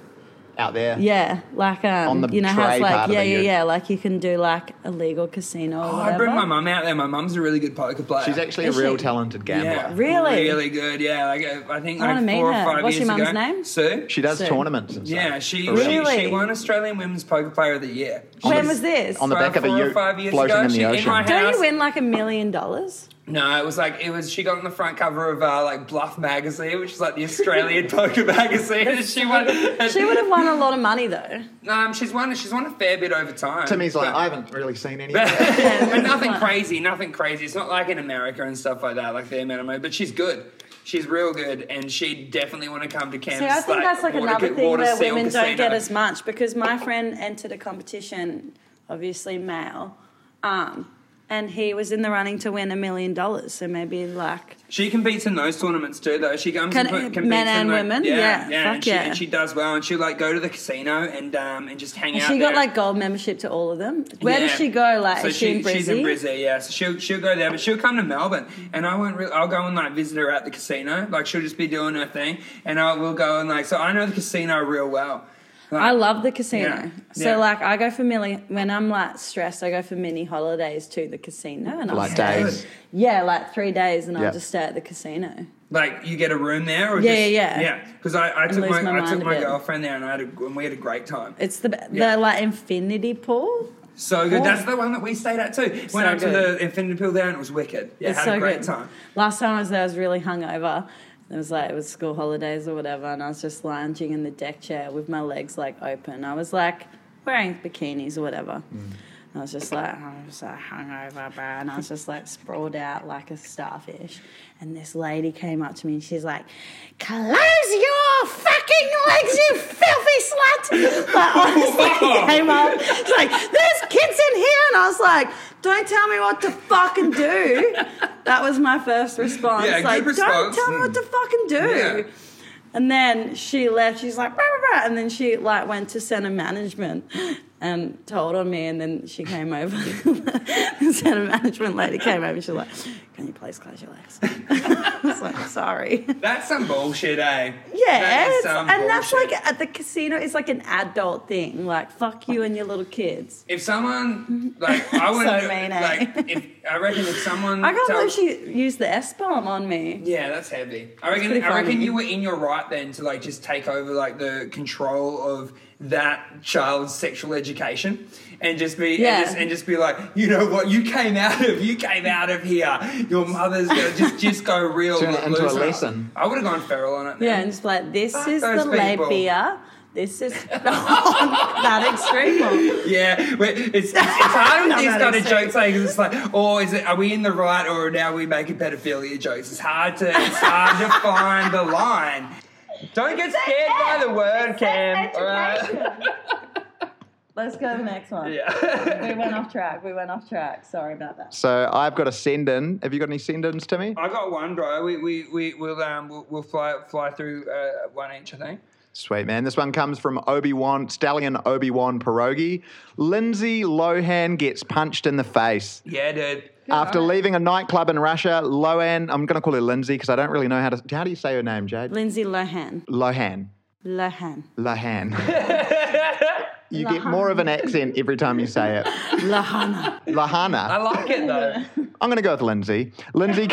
Speaker 1: out there?
Speaker 3: Yeah, like um,
Speaker 1: On the
Speaker 3: you know how
Speaker 1: tray part
Speaker 3: it's like
Speaker 1: of
Speaker 3: yeah,
Speaker 1: the
Speaker 3: yeah,
Speaker 1: ute.
Speaker 3: yeah. Like you can do like a legal casino. Or
Speaker 2: Oh,
Speaker 3: whatever.
Speaker 2: I bring my mum out there. My mum's a really good poker player.
Speaker 1: She's actually
Speaker 3: Is
Speaker 1: a real
Speaker 3: she?
Speaker 1: talented gambler.
Speaker 2: yeah,
Speaker 3: Really?
Speaker 2: really good. Yeah, like uh, I think
Speaker 3: I wanna
Speaker 2: like
Speaker 3: meet
Speaker 2: four
Speaker 3: her.
Speaker 2: or five
Speaker 3: What's
Speaker 2: years
Speaker 3: your mum's
Speaker 2: ago.
Speaker 3: name?
Speaker 2: Sue.
Speaker 1: She does
Speaker 3: Sick.
Speaker 1: tournaments and stuff.
Speaker 2: Yeah, she,
Speaker 1: Really?
Speaker 2: she
Speaker 3: Really?
Speaker 2: she won Australian Women's Poker Player of the Year.
Speaker 3: When
Speaker 1: the-
Speaker 3: was this?
Speaker 1: on the
Speaker 2: Five-
Speaker 1: back of a
Speaker 2: four or
Speaker 1: ute
Speaker 2: five years
Speaker 1: floating
Speaker 2: ago,
Speaker 1: in the
Speaker 2: she- in
Speaker 1: ocean.
Speaker 2: my house.
Speaker 3: Don't you win like a million dollars?
Speaker 2: No, it was like it was. She got on the front cover of uh, like Bluff magazine, which is like the Australian poker magazine. And she won.
Speaker 3: She would have won a lot of money though.
Speaker 2: Um, she's won. She's won a fair bit over time.
Speaker 1: Timmy's like,
Speaker 2: but-
Speaker 1: I haven't really seen any.
Speaker 2: but
Speaker 3: <laughs>
Speaker 2: nothing crazy, nothing crazy. It's not like in America and stuff like that, like the amount of money. But she's good. She's real good, and she definitely want to come to Kansas.
Speaker 3: See, I think that's like
Speaker 2: water,
Speaker 3: another
Speaker 2: ca-
Speaker 3: thing
Speaker 2: water
Speaker 3: where
Speaker 2: seal
Speaker 3: women
Speaker 2: casino.
Speaker 3: don't get as much because my friend entered a competition, obviously male, um, and he was in the running to win a million dollars. So maybe like
Speaker 2: She competes in those tournaments too, though. She comes
Speaker 3: Can-
Speaker 2: and put,
Speaker 3: men
Speaker 2: competes in
Speaker 3: and
Speaker 2: the-
Speaker 3: women?
Speaker 2: yeah,
Speaker 3: Yeah,
Speaker 2: yeah,
Speaker 3: fuck
Speaker 2: and she,
Speaker 3: yeah.
Speaker 2: And she does well, and she like go to the casino and um and just hang out.
Speaker 3: she
Speaker 2: there.
Speaker 3: got like gold membership to all of them. Where
Speaker 2: Yeah.
Speaker 3: does she go? Like
Speaker 2: So
Speaker 3: is she, in Brizzy?
Speaker 2: She's in Brizzy, yeah. So she'll she'll go there, but she'll come to Melbourne, and I won't. Re- I'll go and like visit her at the casino. Like she'll just be doing her thing, and I will go and like. So I know the casino real well. Like,
Speaker 3: I love the casino.
Speaker 2: Yeah,
Speaker 3: So
Speaker 2: yeah.
Speaker 3: like I go for mini when I'm like stressed, I go for mini holidays to the casino and
Speaker 2: <laughs>
Speaker 3: I'll
Speaker 1: Like
Speaker 3: stay.
Speaker 1: days.
Speaker 3: Yeah, like three days and
Speaker 1: Yeah.
Speaker 3: I'll just stay at the casino.
Speaker 2: Like you get a room there, or
Speaker 3: Yeah,
Speaker 2: just,
Speaker 3: yeah, yeah.
Speaker 2: yeah. Because I, I took
Speaker 3: lose
Speaker 2: my,
Speaker 3: my
Speaker 2: I took
Speaker 3: mind a
Speaker 2: my
Speaker 3: bit.
Speaker 2: girlfriend there, and I had a, and we had a great time.
Speaker 3: It's the be-
Speaker 2: Yeah.
Speaker 3: the like infinity pool.
Speaker 2: So good.
Speaker 3: Oh.
Speaker 2: That's the one that we stayed at too. Went
Speaker 3: So
Speaker 2: up to
Speaker 3: good.
Speaker 2: the Infinity Pool there, and it was wicked. Yeah,
Speaker 3: it's
Speaker 2: had
Speaker 3: so
Speaker 2: a great
Speaker 3: good.
Speaker 2: time.
Speaker 3: Last time I was there, I was really hungover. It was like it was school holidays or whatever, and I was just lounging in the deck chair with my legs like open. I was like wearing bikinis or whatever.
Speaker 2: Mm.
Speaker 3: I was just like, I was like hungover, bro. And I was just like sprawled out like a starfish. And this lady came up to me and she's like, Close your fucking legs, you filthy
Speaker 2: <laughs>
Speaker 3: slut! Like, honestly, came up. She's like, There's kids in here. And I was like, Don't tell me what to fucking do. That was my first response.
Speaker 2: Yeah, good
Speaker 3: like,
Speaker 2: response.
Speaker 3: Don't tell me what to fucking do.
Speaker 2: Yeah.
Speaker 3: And then she left. She's like, "Rah, rah, rah," and then she like went to center management, um, told on me, and then she came over. <laughs> the center management lady came over. She's like, "Can you please close your legs?" <laughs> I was like, "Sorry."
Speaker 2: That's some bullshit, eh?
Speaker 3: Yeah,
Speaker 2: That is
Speaker 3: it's-
Speaker 2: some
Speaker 3: and that's
Speaker 2: bullshit.
Speaker 3: like at the casino. It's like an adult thing. Like fuck you and your little kids.
Speaker 2: If
Speaker 3: <laughs>
Speaker 2: someone like I wouldn't
Speaker 3: So mean, eh?
Speaker 2: like if I reckon if someone
Speaker 3: <laughs> I can't believe
Speaker 2: tells-
Speaker 3: she used the S bomb on me.
Speaker 2: Yeah, that's heavy. I reckon.
Speaker 3: pretty
Speaker 2: I reckon
Speaker 3: funny.
Speaker 2: you were in your right then to like just take over like the control of that child's sexual education and just be
Speaker 3: Yeah.
Speaker 2: and, just, and just be like, you know what, you came out of you came out of here. Your mother's gonna just just go real.
Speaker 1: Turn it
Speaker 2: let
Speaker 1: into a
Speaker 2: loose on
Speaker 1: lesson.
Speaker 2: I would have gone feral on it.
Speaker 3: Yeah,
Speaker 2: Then.
Speaker 3: and just be like this
Speaker 2: Fuck
Speaker 3: is
Speaker 2: those
Speaker 3: the
Speaker 2: people.
Speaker 3: labia. This is <laughs> that extreme. one.
Speaker 2: Yeah, but it's, it's, it's hard with
Speaker 3: I'm
Speaker 2: these
Speaker 3: not
Speaker 2: kind of
Speaker 3: upset.
Speaker 2: jokes, like 'cause it's like, oh, is it? Are we in the right, or now we making pedophilia jokes? It's hard to, it's hard to find the line. Don't get scared by the word, Cam. All right.
Speaker 5: Let's go to the next one.
Speaker 2: Yeah. <laughs>
Speaker 5: We went off track. We went off track. Sorry about that.
Speaker 1: So I've got a send in. Have you got any send ins, Timmy?
Speaker 2: I got one, bro. We we we will um we'll, we'll fly fly through uh, one each, I think.
Speaker 1: Sweet, man. This one comes from Obi Wan, Stallion Obi Wan Pierogi. Lindsay Lohan gets punched in the face.
Speaker 2: Yeah, dude.
Speaker 1: After leaving a nightclub in Russia, Lohan, I'm going to call her Lindsay because I don't really know how to. How do you say her name, Jade?
Speaker 3: Lindsay Lohan.
Speaker 1: Lohan.
Speaker 3: Lohan.
Speaker 1: Lahan. you get more of an accent every time you say it.
Speaker 2: I
Speaker 3: Lahana.
Speaker 1: Lahana.
Speaker 2: like it though.
Speaker 1: I'm going to go with Lindsay. Lindsay,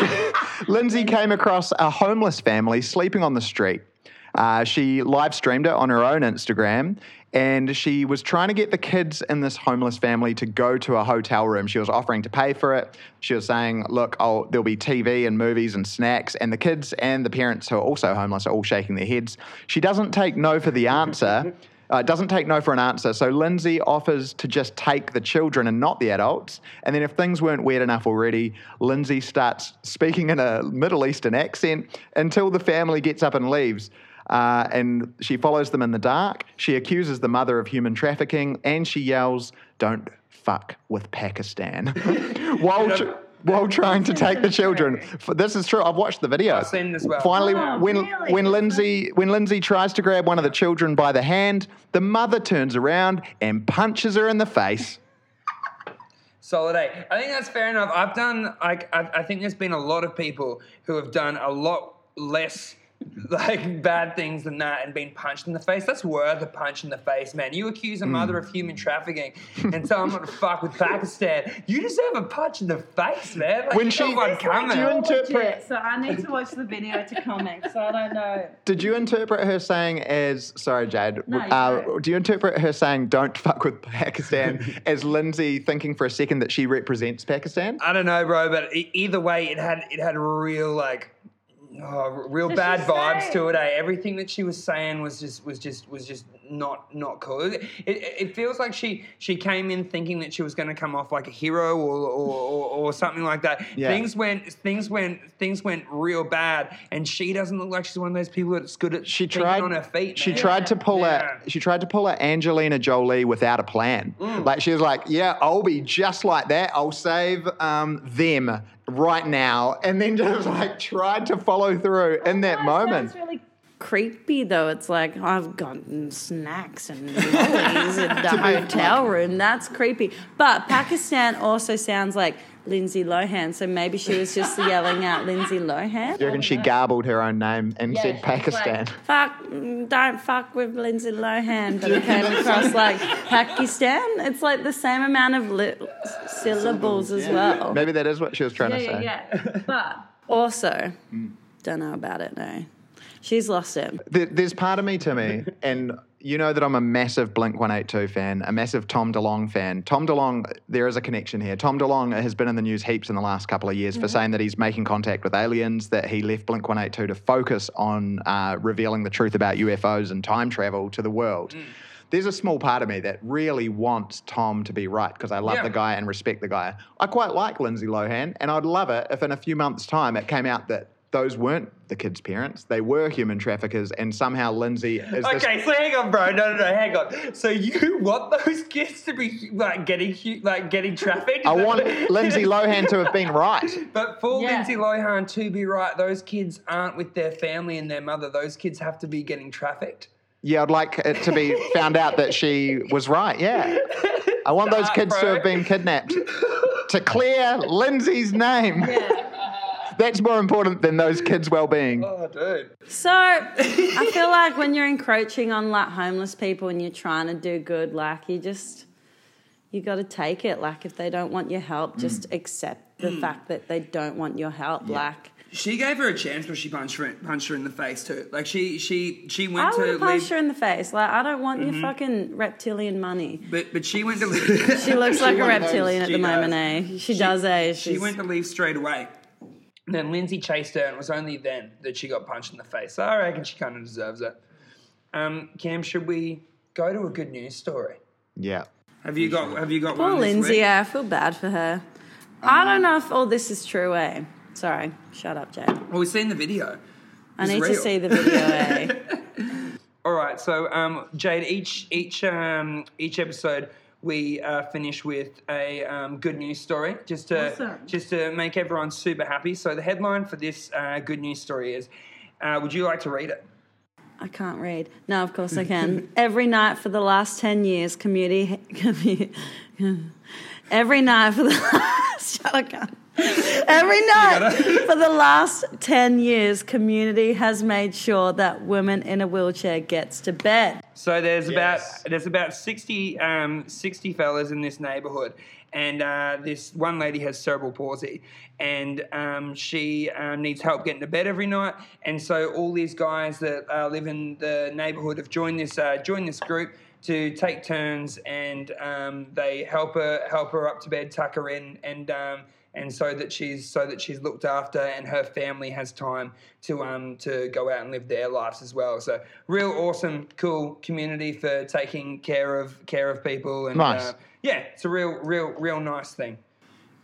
Speaker 1: Lindsay came across a homeless family sleeping on the street. Uh, she live streamed it on her own Instagram and she was trying to get the kids in this homeless family to go to a hotel room. She was offering to pay for it. She was saying, Look, I'll, there'll be TV and movies and snacks. And the kids and the parents who are also homeless are all shaking their heads. She doesn't take no for the answer. uh, doesn't take no for an answer. So Lindsay offers to just take the children and not the adults. And then, if things weren't weird enough already, Lindsay starts speaking in a Middle Eastern accent until the family gets up and leaves. Uh, and she follows them in the dark. She accuses the mother of human trafficking and she yells, Don't fuck with Pakistan. <laughs>
Speaker 2: <laughs>
Speaker 1: while, tr- while trying to take the children. F- This is true. I've watched the video.
Speaker 2: I've seen this well.
Speaker 1: Finally,
Speaker 5: Oh,
Speaker 1: when,
Speaker 5: really?
Speaker 1: when Lindsay when Lindsay tries to grab one of the children by the hand, the mother turns around and punches her in the face.
Speaker 2: Solid eight. I think that's fair enough. I've done like I, I think there's been a lot of people who have done a lot less <laughs> like bad things than that and been punched in the face. That's worth a punch in the face, man. You accuse
Speaker 1: Hmm.
Speaker 2: a mother of human trafficking and tell them not to fuck with Pakistan. You deserve a punch in the face, man. Like,
Speaker 1: When
Speaker 2: you
Speaker 1: she-
Speaker 2: got one coming.
Speaker 1: Do you
Speaker 5: All legit,
Speaker 1: interpret-
Speaker 5: So I need to watch the video to comment. So I don't know.
Speaker 1: Did you interpret her saying as sorry, Jade?
Speaker 5: No, you're
Speaker 1: uh,
Speaker 5: right.
Speaker 1: do you interpret her saying "don't fuck with Pakistan" as Lindsay thinking for a second that she represents Pakistan?
Speaker 2: I don't know, bro, but e- either way, it had it had real like. Oh, real
Speaker 5: Did
Speaker 2: bad
Speaker 5: she
Speaker 2: vibes
Speaker 5: say-
Speaker 2: to it. Eh? Everything that she was saying was just was just was just not not cool. It, it, it feels like she she came in thinking that she was going to come off like a hero or or, or, or something like that.
Speaker 1: Yeah.
Speaker 2: Things went things went things went real bad, and she doesn't look like she's one of those people that's good at
Speaker 1: she
Speaker 2: thinking
Speaker 1: tried
Speaker 2: on her feet.
Speaker 1: She
Speaker 2: man.
Speaker 1: tried to pull
Speaker 2: Yeah.
Speaker 1: a she tried to pull a Angelina Jolie without a plan.
Speaker 2: Mm.
Speaker 1: Like she was like, "Yeah, I'll be just like that. I'll save um, them right now," and then just like tried to follow through in that moment.
Speaker 5: Oh That's really
Speaker 3: Creepy though. It's like I've gotten snacks and lollies in the hotel room. That's creepy. But Pakistan also sounds like Lindsay Lohan. So maybe she was just yelling out Lindsay Lohan.
Speaker 1: Do you reckon she garbled her own name and said Pakistan?
Speaker 3: Fuck, mm, don't fuck with Lindsay Lohan. But it came across like Pakistan. It's like the same amount of li- syllables as well.
Speaker 1: Maybe that is what she was trying
Speaker 5: yeah,
Speaker 1: to
Speaker 5: yeah,
Speaker 1: say.
Speaker 5: yeah. But
Speaker 3: Also, don't know about it, no. She's lost it.
Speaker 1: There, there's part of me, Timmy, and you know that I'm a massive Blink 182 fan, a massive Tom DeLong fan. Tom DeLong, there is a connection here. Tom DeLong has been in the news heaps in the last couple of years for saying that he's making contact with aliens, that he left Blink 182 to focus on uh, revealing the truth about UFOs and time travel to the world. There's a small part of me that really wants Tom to be right because I love
Speaker 2: Yeah.
Speaker 1: the guy and respect the guy. I quite like Lindsay Lohan, and I'd love it if in a few months' time it came out that those weren't the kids' parents. They were human traffickers, and somehow Lindsay is this-
Speaker 2: Okay, so hang on, bro. No, no, no, hang on. So you <laughs> want those kids to be like getting hu- like getting trafficked? Is
Speaker 1: I
Speaker 2: that
Speaker 1: want
Speaker 2: <laughs> what-
Speaker 1: Lindsay Lohan to have been right.
Speaker 2: But for
Speaker 5: Yeah.
Speaker 2: Lindsay Lohan to be right, those kids aren't with their family and their mother. Those kids have to be getting trafficked.
Speaker 1: Yeah, I'd like it to be found out that she was right. Yeah. I want those
Speaker 2: Start,
Speaker 1: kids to
Speaker 2: bro.
Speaker 1: have been kidnapped. to clear Lindsay's name. That's more important than those kids' well being.
Speaker 2: Oh, dude.
Speaker 3: So I feel like when you're encroaching on like homeless people and you're trying to do good, like you just you got to take it. Like if they don't want your
Speaker 2: Mm.
Speaker 3: help, just accept the fact that they don't want your help. Like
Speaker 2: She gave her a chance, but she punched her, punched her in the face too. Like she, she, she went
Speaker 3: I
Speaker 2: to
Speaker 3: would have punched
Speaker 2: leave, Mm-hmm.
Speaker 3: her in the face. Like I don't want your fucking reptilian money.
Speaker 2: but but she
Speaker 3: <laughs>
Speaker 2: went to.
Speaker 3: She looks like a
Speaker 2: one of those-
Speaker 3: reptilian at
Speaker 2: she
Speaker 3: the moment,
Speaker 2: does.
Speaker 3: eh? She, does, eh? She's,
Speaker 2: She went to leave straight away. And then Lindsay chased her, and it was only then that she got punched in the face. So I reckon she kind of deserves it. Um, Cam, should we go to a good news story?
Speaker 1: Yeah.
Speaker 2: Have you got Have you got
Speaker 3: Poor
Speaker 2: one? this
Speaker 3: Lindsay, eh?
Speaker 2: week?
Speaker 3: I feel bad for her. I don't
Speaker 2: Uh-huh.
Speaker 3: know if all this is true, eh? Sorry, shut up, Jay.
Speaker 2: Well, we've seen the video.
Speaker 3: I
Speaker 2: It's
Speaker 3: need to
Speaker 2: real.
Speaker 3: see
Speaker 2: <laughs>
Speaker 3: the video, eh?
Speaker 2: All right, so um, Jade, each each um, each episode we uh, finish with a um, good news story, just to
Speaker 5: Awesome.
Speaker 2: just to make everyone super happy. So the headline for this uh, good news story is: uh, Would you like to read it?
Speaker 3: I can't read. No, of course I can. Every night for the last 10 years, <laughs> community. commu- Every night for the <laughs> last. Shut up, cunt. Every night <laughs> for the last 10 years, community has made sure that women in a wheelchair gets to bed.
Speaker 2: So there's
Speaker 1: Yes.
Speaker 2: about there's about 60, um, 60 fellas in this neighborhood, and uh, this one lady has cerebral palsy, and um, she um, needs help getting to bed every night. And so all these guys that uh, live in the neighborhood have joined this uh, joined this group to take turns, and um, they help her help her up to bed, tuck her in, and um, and so that she's so that she's looked after and her family has time to um to go out and live their lives as well. So real awesome, cool community for taking care of care of people and
Speaker 1: Nice.
Speaker 2: uh, yeah, it's a real real real nice thing.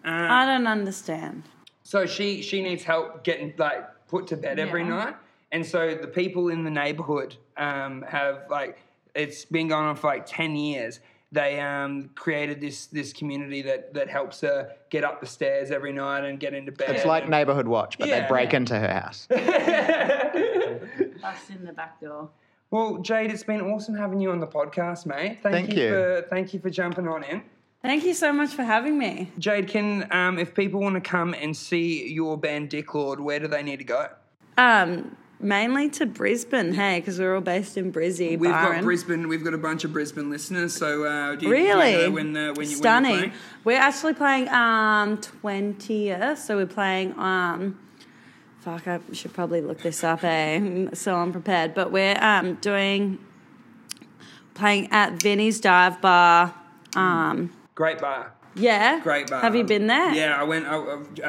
Speaker 3: I don't understand.
Speaker 2: So she she needs help getting like put to bed every
Speaker 5: Yeah.
Speaker 2: night, and so the people in the neighborhood um, have like it's been going on for like ten years. They um, created this this community that that helps her get up the stairs every night and get into bed.
Speaker 1: It's like
Speaker 2: and-
Speaker 1: Neighborhood Watch, but
Speaker 2: Yeah.
Speaker 1: they break into her house.
Speaker 5: Bust in the back door.
Speaker 2: Well, Jade, it's been awesome having you on the podcast, mate. Thank,
Speaker 1: Thank
Speaker 2: you,
Speaker 1: you.
Speaker 2: for thank you for jumping on in.
Speaker 3: Thank you so much for having me.
Speaker 2: Jade, can um, if people want to come and see your band Dick Lord, where do they need to go?
Speaker 3: Um, mainly to Brisbane, hey, because we're all based in Brizzy.
Speaker 2: We've
Speaker 3: Byron.
Speaker 2: got Brisbane. We've got a bunch of Brisbane listeners. So uh, do you, do you
Speaker 3: Really?
Speaker 2: know when the when you
Speaker 3: Stunning.
Speaker 2: When you're playing?
Speaker 3: we're actually playing um 20th, so we're playing um fuck, I should probably look this up, eh? So I'm prepared. But we're um doing playing at Vinny's Dive Bar. Um
Speaker 2: Great bar.
Speaker 3: yeah.
Speaker 2: Great bar.
Speaker 3: Have you been there?
Speaker 2: Yeah, I went. I, I,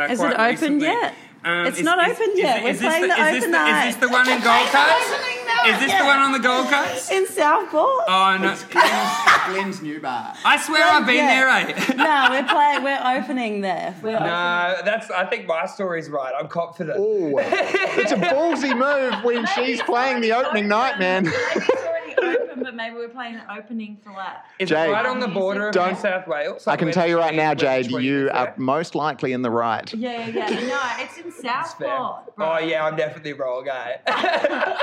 Speaker 2: uh,
Speaker 3: Is
Speaker 2: quite
Speaker 3: it open
Speaker 2: recently. Um,
Speaker 3: yet? It's
Speaker 2: is-
Speaker 3: not
Speaker 2: is-
Speaker 3: open
Speaker 2: is
Speaker 3: yet.
Speaker 2: it-
Speaker 3: We're
Speaker 2: is this
Speaker 3: playing the
Speaker 2: is this
Speaker 3: open
Speaker 2: Is
Speaker 3: night.
Speaker 2: this the one in Gold Coast? Is this the
Speaker 3: yeah.
Speaker 2: one on the Gold Coast?
Speaker 3: In Southport?
Speaker 2: Oh no!
Speaker 1: Glenn's new bar.
Speaker 2: I swear I've been
Speaker 3: Yeah.
Speaker 2: there, <laughs> eh?
Speaker 3: <laughs> no, we're playing we're opening there. We're
Speaker 2: No, Uh, that's. I think my story's right. I'm confident.
Speaker 1: Oh, it's a ballsy move when she's playing the opening night, man.
Speaker 5: Maybe it's already open, but maybe we're playing an opening for that.
Speaker 2: It's
Speaker 1: Jade.
Speaker 2: right on the border of
Speaker 1: Don't-
Speaker 2: New South Wales.
Speaker 1: I can
Speaker 2: Like,
Speaker 1: tell you right now,
Speaker 2: we're
Speaker 1: Jade,
Speaker 2: between
Speaker 1: you
Speaker 2: us,
Speaker 1: are most likely in the right.
Speaker 5: Yeah, yeah, yeah. No, it's in
Speaker 2: yeah.
Speaker 5: Southport.
Speaker 2: Oh
Speaker 5: right?
Speaker 2: yeah, I'm definitely wrong, <laughs> eh?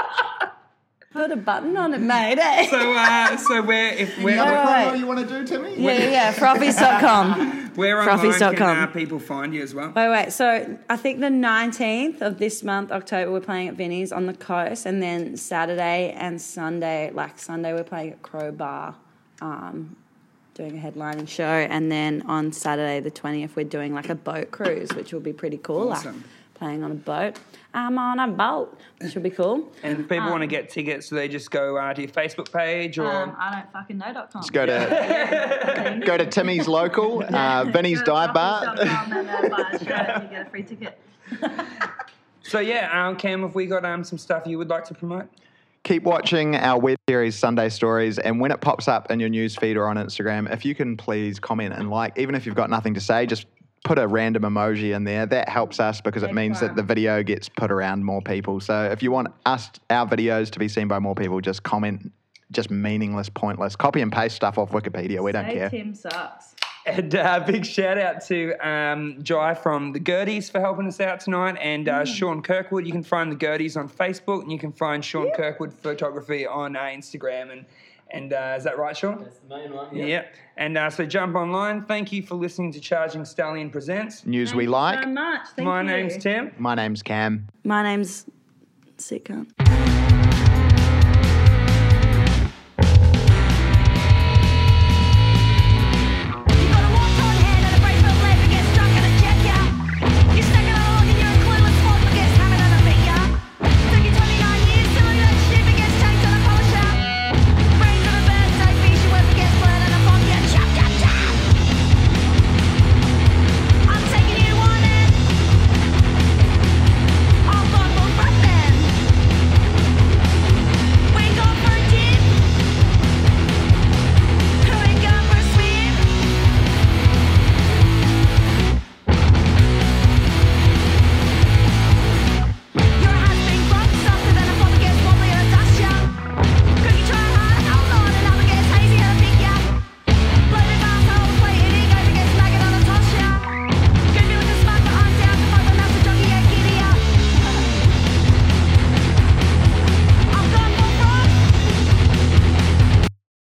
Speaker 3: Put a button on it, mate, eh?
Speaker 2: so, uh, so we're if we're
Speaker 3: All right.
Speaker 1: you want to do, Timmy?
Speaker 3: Yeah, yeah, yeah. Froffies.com.
Speaker 2: Where online can
Speaker 3: Frothies.com.
Speaker 2: uh, people find you as well?
Speaker 3: Wait, wait. So I think the 19th of this month, October, we're playing at Vinnie's on the coast. And then Saturday and Sunday, like Sunday, we're playing at Crowbar, um, doing a headlining show. And then on Saturday, the 20th, we're doing like a boat cruise, which will be pretty cool.
Speaker 2: Awesome.
Speaker 3: Like playing on a boat. I'm on a boat, which will be cool.
Speaker 2: And if people want to get tickets, so they just go uh, to your Facebook page or
Speaker 5: Um, I don't fucking know. Dot com.
Speaker 1: Go to go to Timmy's local, uh, Vinny's
Speaker 5: Go to
Speaker 1: dive bar.
Speaker 5: Frothies.com and, uh, buy a shirt and you get a free ticket. <laughs>
Speaker 2: so. Yeah, um, Cam, have we got um, some stuff you would like to promote?
Speaker 1: Keep watching our web series Sunday Stories, and when it pops up in your news feed or on Instagram, if you can please comment and like, even if you've got nothing to say, just put a random emoji in there. That helps us because it means that the video gets put around more people. So if you want us our videos to be seen by more people, just comment just meaningless, pointless. Copy and paste stuff off Wikipedia. We don't
Speaker 5: Hey,
Speaker 1: care.
Speaker 5: Tim sucks.
Speaker 2: And uh, big shout out to um, Jai from the Gerties for helping us out tonight, and uh,
Speaker 7: Mm.
Speaker 2: Sean Kirkwood. You can find the Gerties on Facebook, and you can find Sean Kirkwood Photography on uh, Instagram. And and uh, is that right, Sean?
Speaker 7: That's the main one.
Speaker 2: Yeah. And uh, so jump online. Thank you for listening to Charging Stallion Presents.
Speaker 1: News we
Speaker 5: Thank you
Speaker 1: like.
Speaker 5: so much. Thank
Speaker 2: My
Speaker 5: you.
Speaker 2: name's Tim.
Speaker 1: My name's Cam.
Speaker 3: My name's Sick Cunt.